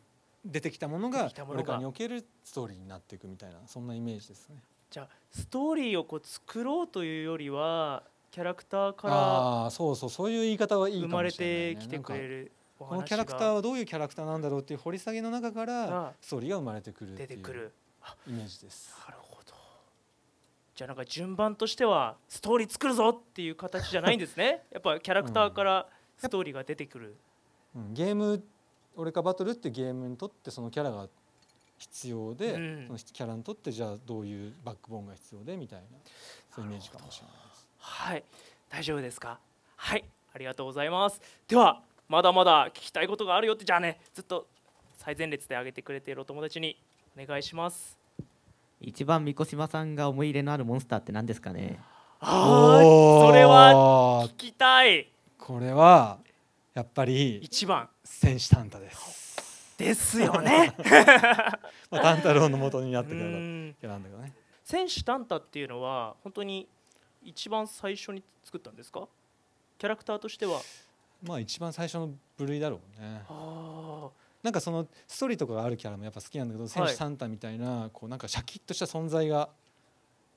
[SPEAKER 3] 出てきたもの
[SPEAKER 2] 出
[SPEAKER 3] が
[SPEAKER 2] てきたも
[SPEAKER 3] こ
[SPEAKER 2] のが
[SPEAKER 3] れからにおけるストーリーになっていくみたいなそんなイメージですね。
[SPEAKER 2] じゃあストーリーをこう作ろうというよりはキャラクターから
[SPEAKER 3] ああーそうそうそういう言い方はい
[SPEAKER 2] 生
[SPEAKER 3] いか
[SPEAKER 2] ま
[SPEAKER 3] も
[SPEAKER 2] れ
[SPEAKER 3] し
[SPEAKER 2] て
[SPEAKER 3] れない、ね、
[SPEAKER 2] きてくれ
[SPEAKER 3] なんか
[SPEAKER 2] るお話が
[SPEAKER 3] このキャラクターはどういうキャラクターなんだろうっていう掘り下げの中
[SPEAKER 2] が
[SPEAKER 3] からストーリーが生まれてくるって
[SPEAKER 2] 出て
[SPEAKER 3] い
[SPEAKER 2] く
[SPEAKER 3] う
[SPEAKER 2] る
[SPEAKER 3] イメージです。
[SPEAKER 2] なるほどじゃあなんか順番としてはストーリー作るぞっていう形じゃないんですねやっぱキャラクターからストーリーが出てくる、
[SPEAKER 3] うんゲーム「俺かバトル」ってゲームにとってそのキャラが必要で、
[SPEAKER 2] うん
[SPEAKER 3] そのキャラにとってじゃあどういうバックボーンが必要でみたいなそういうイメージかもしれないです。
[SPEAKER 2] はい大丈夫ですかはいありがとうございますではまだまだ聞きたいことがあるよってじゃあねずっと最前列で挙げてくれているお友達にお願いします
[SPEAKER 4] 一番三越島さんが思い入れのあるモンスターって何ですかね
[SPEAKER 2] あーそれは
[SPEAKER 3] は
[SPEAKER 2] 聞きたい
[SPEAKER 3] これはやっぱり
[SPEAKER 2] 一番
[SPEAKER 3] 戦士タンタです。
[SPEAKER 2] ですよね
[SPEAKER 3] まあ、タンタロウの元になって
[SPEAKER 2] う
[SPEAKER 3] くれた
[SPEAKER 2] ん
[SPEAKER 3] キャラなんだけどね。
[SPEAKER 2] 選手タンタっていうのは本当に一番最初に作ったんですかキャラクターとしては
[SPEAKER 3] まあ一番最初の部類だろうね。
[SPEAKER 2] あ
[SPEAKER 3] なんかそのストーリーとかがあるキャラもやっぱ好きなんだけど、戦士サンタみたいなこうなんかシャキッとした存在が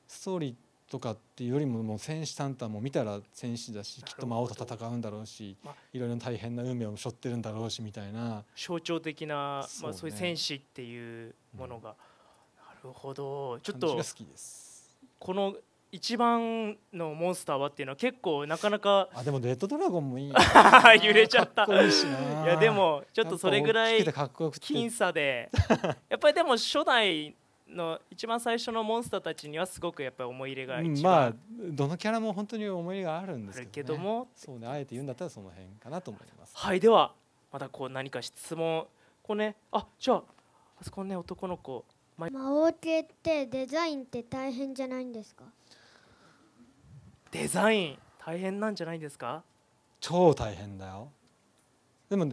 [SPEAKER 3] ストーリーとかっていうよりももう戦士サンタも見たら戦士だし
[SPEAKER 2] なるほど
[SPEAKER 3] きっと魔王と戦うんだろうし
[SPEAKER 2] まあ
[SPEAKER 3] いろいろ大変な運命を背負ってるんだろうしみたいな
[SPEAKER 2] 象徴的なそう,、まあ、そ
[SPEAKER 3] そううね
[SPEAKER 2] いう戦士っていうものが、なるほどちょっ
[SPEAKER 3] 感じが
[SPEAKER 2] と
[SPEAKER 3] 好きです
[SPEAKER 2] この一番のモンスターはっていうのは結構なかなか
[SPEAKER 3] (laughs) あでもレッドドラゴンもいい
[SPEAKER 2] (laughs) 揺れちゃった
[SPEAKER 3] かっこいいしない
[SPEAKER 2] やでもちょっとそれぐら
[SPEAKER 3] やっ
[SPEAKER 2] い
[SPEAKER 3] ぱ大きくてかっこよくて
[SPEAKER 2] 僅差でやっぱりでも初代の一番最初のモンスターたちにはすごくやっぱり思い入れが
[SPEAKER 3] うん
[SPEAKER 2] 一
[SPEAKER 3] まあ
[SPEAKER 2] 番
[SPEAKER 3] どのキャラも本当に思い入れがあるんで
[SPEAKER 2] あ
[SPEAKER 3] す
[SPEAKER 2] る
[SPEAKER 3] け
[SPEAKER 2] け
[SPEAKER 3] ど,、
[SPEAKER 2] ども、
[SPEAKER 3] そうねあえて言うんだったらその辺かなと思います
[SPEAKER 2] はいではまたこう何か質問こうねあじゃああそこのね男の子
[SPEAKER 8] 魔王系ってデザインって大変じゃないんですか
[SPEAKER 2] デザイン大変なんじゃないですか
[SPEAKER 3] 超大変だよでも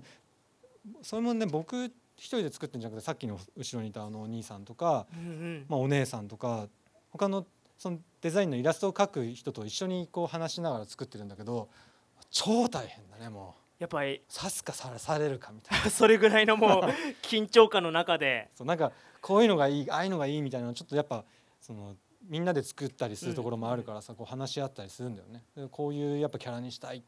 [SPEAKER 3] それもね僕一人で作ってんじゃなくてさっきの後ろにいたあのお兄さんとか、
[SPEAKER 2] うんうん、
[SPEAKER 3] まあ、お姉さんとか他のそのデザインのイラストを描く人と一緒にこう話しながら作ってるんだけど超大変だねもう
[SPEAKER 2] やっぱり
[SPEAKER 3] 刺すかさらされるかみたいな
[SPEAKER 2] それぐらいの
[SPEAKER 3] (laughs)
[SPEAKER 2] もう緊張感の中で
[SPEAKER 3] そうなんかこういうのがいいああいうのがいいみたいなのちょっとやっぱそのみんなで作ったりするところもあるからさ、こう話し合ったりするんだよねでこういうやっぱキャラにしたい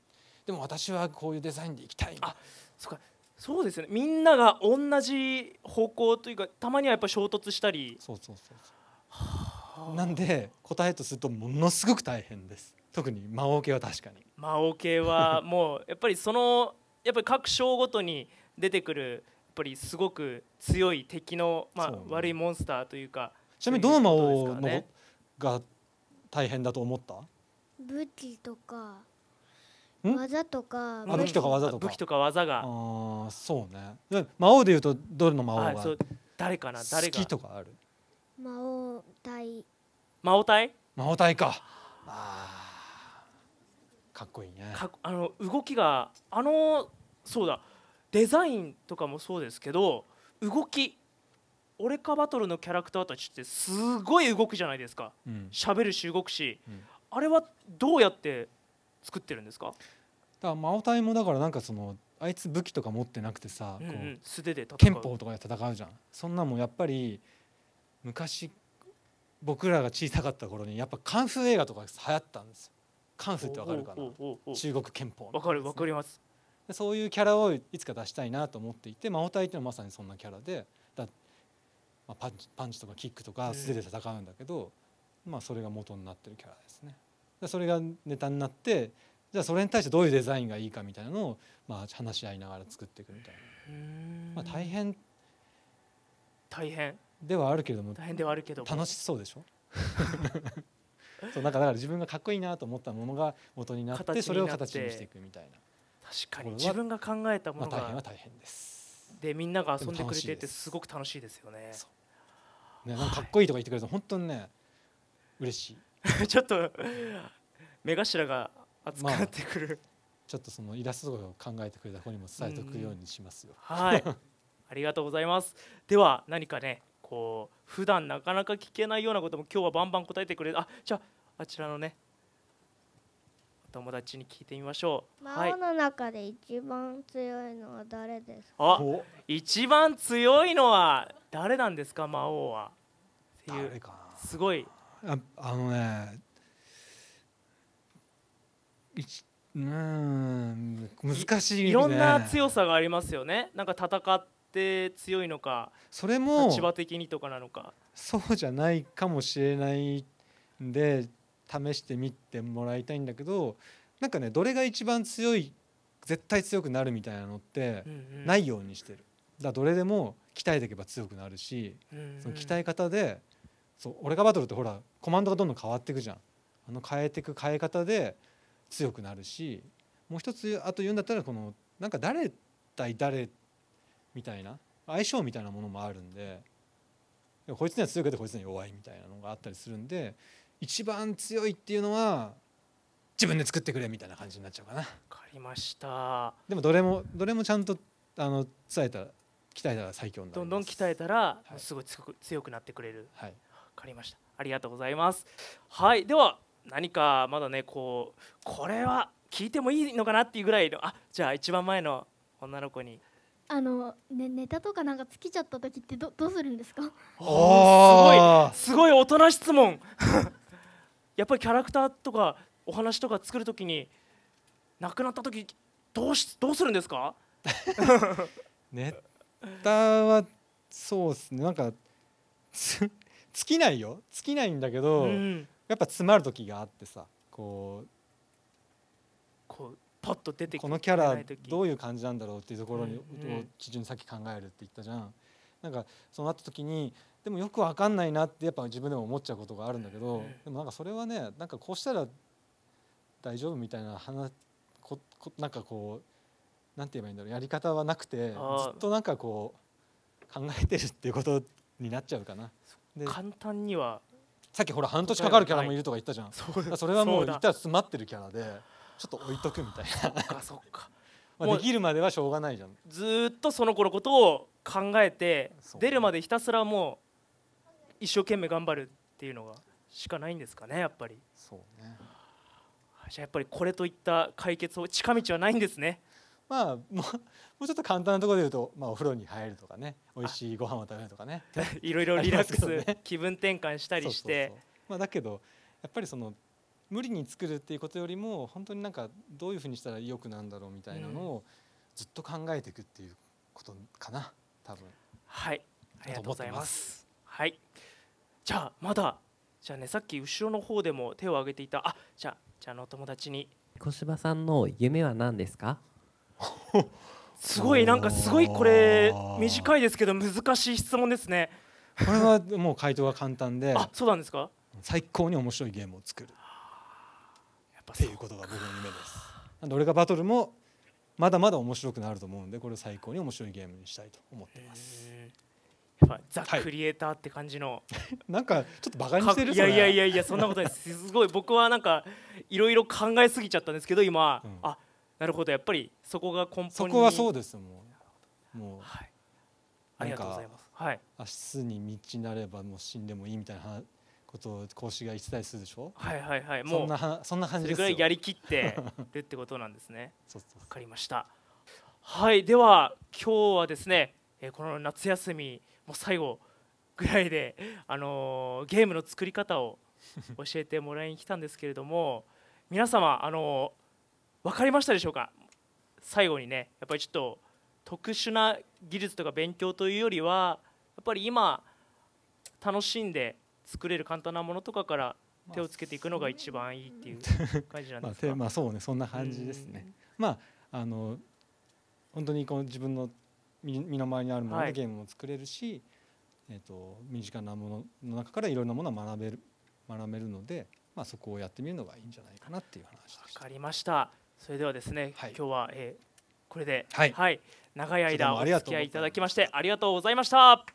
[SPEAKER 3] でも私はこういうデザインでいきたいみたいな
[SPEAKER 2] あそうかそうですねみんなが同じ方向というかたまにはやっぱ衝突したり
[SPEAKER 3] そうそうそうそうなんで答えとするとものすごく大変です特に魔王系は確かに
[SPEAKER 2] 魔王系はもうやっぱりそのやっぱり各章ごとに出てくるやっぱりすごく強い敵の、ま
[SPEAKER 3] そ
[SPEAKER 2] あ
[SPEAKER 3] うね、
[SPEAKER 2] 悪いモンスターというか
[SPEAKER 3] ちなみにどの魔
[SPEAKER 2] そういうこ
[SPEAKER 3] 王
[SPEAKER 2] と
[SPEAKER 3] の、
[SPEAKER 2] ですかね
[SPEAKER 3] が大変だと思った
[SPEAKER 8] 武器とか
[SPEAKER 3] ん
[SPEAKER 8] 技とか
[SPEAKER 3] あ武器とか技とか
[SPEAKER 2] 武器とか技
[SPEAKER 3] ああ
[SPEAKER 2] が
[SPEAKER 3] ーそうねで魔王でいうとどの魔王
[SPEAKER 2] は
[SPEAKER 3] が
[SPEAKER 2] いそう誰かな誰
[SPEAKER 3] 好
[SPEAKER 2] が
[SPEAKER 3] きとかある
[SPEAKER 8] 魔王対
[SPEAKER 2] 魔王隊
[SPEAKER 3] 魔王隊かあーかっこいいね
[SPEAKER 2] かあの動きがあのそうだデザインとかもそうですけど動きオレカバトルのキャラクターたちってすごい動くじゃないですか
[SPEAKER 3] うん
[SPEAKER 2] 喋るし動くし、
[SPEAKER 3] うん
[SPEAKER 2] あれはどうやって作ってるんですか、
[SPEAKER 3] だから魔王隊もだからなんかそのあいつ武器とか持ってなくてさ、
[SPEAKER 2] うんう、
[SPEAKER 3] こうん
[SPEAKER 2] 素手で戦う
[SPEAKER 3] 憲法とかで戦うじゃんそんなもんやっぱり昔僕らが小さかった頃にやっぱカンフー映画とか流行ったんですよカンフーってわかるか
[SPEAKER 2] おうおうおうお
[SPEAKER 3] な
[SPEAKER 2] う
[SPEAKER 3] 中国憲法の
[SPEAKER 2] わかるわかります
[SPEAKER 3] でそういうキャラをいつか出したいなと思っていて魔法隊っていうのはまさにそんなキャラでだ、まあ、パンチパンチとかキックと
[SPEAKER 2] う
[SPEAKER 3] か
[SPEAKER 2] ん
[SPEAKER 3] 素手で戦うんだけど、まあ、それが元になってるキャラですねでそれがネタになってじゃあそれに対してどういうデザインがいいかみたいなのを、まあ、話し合いながら作っていくみたいな、まあ、大変
[SPEAKER 2] 大変
[SPEAKER 3] ではあるけれども
[SPEAKER 2] 大変ではあるけども
[SPEAKER 3] 楽しそうでしょ (laughs) そうなんかだから自分がかっこいいなと思ったものが元になっ
[SPEAKER 2] 形にな
[SPEAKER 3] て
[SPEAKER 2] って
[SPEAKER 3] それを形にしていくみたい
[SPEAKER 2] 確かに
[SPEAKER 3] これ
[SPEAKER 2] 自
[SPEAKER 3] は
[SPEAKER 2] 分が考えた
[SPEAKER 3] な、
[SPEAKER 2] も
[SPEAKER 3] まあ、
[SPEAKER 2] の
[SPEAKER 3] 大変は
[SPEAKER 2] が
[SPEAKER 3] 大変です、
[SPEAKER 2] でみんなが遊んでくれて
[SPEAKER 3] でも楽しい
[SPEAKER 2] て
[SPEAKER 3] です
[SPEAKER 2] すごく楽しいですよね
[SPEAKER 3] そね、なんかかっこいいとか言ってくれると本当にね嬉しい
[SPEAKER 2] ちょっと目頭が熱くなってくる、
[SPEAKER 3] ちょっとそのイラストとかを考えてくれた子にも伝えておくようにしますよ、
[SPEAKER 2] はいありがとうございますでは何かねこう普段なかなか聞けないようなことも今日はバンバン答えてくれるあじゃああちらのねお友達に聞いてみましょうは
[SPEAKER 8] 魔
[SPEAKER 2] い
[SPEAKER 8] 王の中で一番強いのは誰ですか、
[SPEAKER 2] あ
[SPEAKER 3] お
[SPEAKER 2] 一番強いのは誰なんですか魔王はってい
[SPEAKER 3] 誰
[SPEAKER 2] う
[SPEAKER 3] か
[SPEAKER 2] すごい
[SPEAKER 3] なああのねいちうーん難しい、ね、
[SPEAKER 2] いろんな強さがありますよねなんか戦って強いのか
[SPEAKER 3] それも
[SPEAKER 2] 立場的にとかなのか
[SPEAKER 3] そうじゃないかもしれないんで試してみてもらいたいんだけどなんかねどれが一番強い絶対強くなるみたいなのって
[SPEAKER 2] うんうん
[SPEAKER 3] ないようにしてるだからどれでも鍛えていけば強くなるし
[SPEAKER 2] うんうん
[SPEAKER 3] その鍛え方でそう俺がバトルってほらコマンドがどんどん変わっていくじゃんあの変えていく変え方で強くなるしもう一つあと言うんだったらこのなんか誰対誰みたいな相性みたいなものもあるんででもこいつには強くてこいつには弱いみたいなのがあったりするんで一番強いっていうのは自分で作ってくれみたいな感じになっちゃうかな
[SPEAKER 2] わかりました
[SPEAKER 3] でもどれもどれもちゃんとあの伝えたら鍛えたら最強になり
[SPEAKER 2] ど
[SPEAKER 3] ます
[SPEAKER 2] んどん鍛えたら
[SPEAKER 3] はい
[SPEAKER 2] すごい強く強くなってくれる
[SPEAKER 3] はい
[SPEAKER 2] わかりましたありがとうございますはいでは何かまだねこうこれは聞いてもいいのかなっていうぐらいのあじゃあ一番前の女の子に
[SPEAKER 5] あの、ね、ネタとかなんか尽きちゃった時ってどどうするんですか
[SPEAKER 3] おー
[SPEAKER 2] すごい大人質問 (laughs) やっぱりキャラクターとかお話とか作るときに亡くなった時どうしどうするんですか
[SPEAKER 3] ネタはそうですねなんかつ (laughs) 尽きないよ尽きないんだけど、
[SPEAKER 2] ん、
[SPEAKER 3] やっぱ詰まる時があってさこ
[SPEAKER 2] こうパッと出て
[SPEAKER 3] う
[SPEAKER 2] き
[SPEAKER 3] このキャラ
[SPEAKER 2] 出てき
[SPEAKER 3] どういう感じなんだろうっていうところ
[SPEAKER 2] う
[SPEAKER 3] に、
[SPEAKER 2] んうん
[SPEAKER 3] を基準にさっき考えるって言ったじゃんなんかそうなった時にでもよくわかんないなってやっぱ自分でも思っちゃうことがあるんだけど、
[SPEAKER 2] うん
[SPEAKER 3] でもなんかそれはねなんかこうしたら大丈夫みたいな話ここなんかこうなんて言えばいいんだろうやり方はなくてず
[SPEAKER 2] あー
[SPEAKER 3] っとなんかこう考えてるっていうことになっちゃうかな。で
[SPEAKER 2] 簡単に
[SPEAKER 3] (laughs)
[SPEAKER 2] は
[SPEAKER 3] さっきほら半年かかるキャラもいるとか言ったじゃん。
[SPEAKER 2] そう
[SPEAKER 3] それはも
[SPEAKER 2] そううだ
[SPEAKER 3] 言ったら詰まってるキャラでちょっと置いとくみたいな
[SPEAKER 2] そっかそっか
[SPEAKER 3] まあできるまではしょうがないじゃん
[SPEAKER 2] ずーっとその子のことを考えて
[SPEAKER 3] そう
[SPEAKER 2] 出るまでひたすらもう一生懸命頑張るっていうのがしかないんですかねやっぱり
[SPEAKER 3] そうね
[SPEAKER 2] じゃあやっぱりこれといった解決を近道はないんです
[SPEAKER 3] (laughs)
[SPEAKER 2] ね
[SPEAKER 3] まあもうもうちょっと簡単なところで言うと、まあ、お風呂に入るとかね美味しいご飯を食べるとかね
[SPEAKER 2] いろいろリラック
[SPEAKER 3] あります
[SPEAKER 2] ス、
[SPEAKER 3] けどね
[SPEAKER 2] 気分転換したりして
[SPEAKER 3] そうそうそうまあ、だけどやっぱりその無理に作るっていうことよりも本当になんかどういうふうにしたら良くなんだろうみたいなのをずっと考えていくっていうことかな
[SPEAKER 2] (laughs)
[SPEAKER 3] 多分
[SPEAKER 2] はいありがとうござい
[SPEAKER 3] だと思って
[SPEAKER 2] ま
[SPEAKER 3] ます
[SPEAKER 2] はいじゃあまだじゃあねさっき後ろの方でも手を挙げていたあじゃあじゃあのお友達に
[SPEAKER 9] 小柴さんの夢は何ですか
[SPEAKER 2] すごいなんかすごいこれ短いですけど難しい質問ですね
[SPEAKER 3] これはもう回答が簡単で
[SPEAKER 2] あそうなんですか
[SPEAKER 3] 最高に面白いゲームを作るっ
[SPEAKER 2] やっぱ
[SPEAKER 3] ていうことが僕の夢ですなんで俺がバトルもまだまだ面白くなると思うんでこれを最高に面白いゲームにしたいと思ってます
[SPEAKER 2] やっぱザ・
[SPEAKER 3] はい
[SPEAKER 2] クリエイターって感じの、
[SPEAKER 3] なんかちょっとバカに
[SPEAKER 2] か
[SPEAKER 3] してる
[SPEAKER 2] いやいやい
[SPEAKER 3] や
[SPEAKER 2] やいやそんなことないですすごい僕はなんかいろいろ考えすぎちゃったんですけど今、
[SPEAKER 3] うん
[SPEAKER 2] あなるほどやっぱりそこが根本に
[SPEAKER 3] そこはそうですもうも
[SPEAKER 2] はい、あ
[SPEAKER 3] う
[SPEAKER 2] り
[SPEAKER 3] なん
[SPEAKER 2] がとうござい
[SPEAKER 3] か
[SPEAKER 2] ますはい
[SPEAKER 3] 明日に満ちなればもう死んでもいいみたいな話ことを講師が言ってたりするでしょ
[SPEAKER 2] はいはいはい
[SPEAKER 3] そ
[SPEAKER 2] も
[SPEAKER 3] ん
[SPEAKER 2] う
[SPEAKER 3] なはそんな感
[SPEAKER 2] そ
[SPEAKER 3] じ
[SPEAKER 2] れ
[SPEAKER 3] で
[SPEAKER 2] ぐら
[SPEAKER 3] すよ
[SPEAKER 2] いやりきってるってことなんですね
[SPEAKER 3] そうそう
[SPEAKER 2] わかりましたはいでは今日はですね、えーこの夏休みもう最後ぐらいで、 (laughs) あのーゲームの作り方
[SPEAKER 3] (laughs)
[SPEAKER 2] を教えてもらいに来たんですけれども皆様、あのー、分かりましたでしょうか最後にねやっぱりちょっと特殊な技術とか勉強というよりはやっぱり今楽しんで作れる簡単なものとかから手をつけていくのが一番いいっていう感じなん
[SPEAKER 3] ま
[SPEAKER 2] で
[SPEAKER 3] あ
[SPEAKER 2] すか
[SPEAKER 3] て、まあそうねそんな感じですね。まああの本当にこの自分の身身の回りにあるもの
[SPEAKER 2] は
[SPEAKER 3] で
[SPEAKER 2] い
[SPEAKER 3] ゲームも作れるし、えっと身近なものの中からいろんなものを学べる学べるので、まあそこをやってみるのがいいんじゃないかなっていう話でし
[SPEAKER 2] わ
[SPEAKER 3] た。
[SPEAKER 2] かりました。それではですね、
[SPEAKER 3] はい
[SPEAKER 2] 今日は、えーこれで、
[SPEAKER 3] はい
[SPEAKER 2] 長い
[SPEAKER 3] それで
[SPEAKER 2] 間
[SPEAKER 3] も
[SPEAKER 2] お
[SPEAKER 3] ありが
[SPEAKER 2] 付き
[SPEAKER 3] とう
[SPEAKER 2] 合いいただきまし
[SPEAKER 3] ご
[SPEAKER 2] て
[SPEAKER 3] ざいました
[SPEAKER 2] ありがとうございました。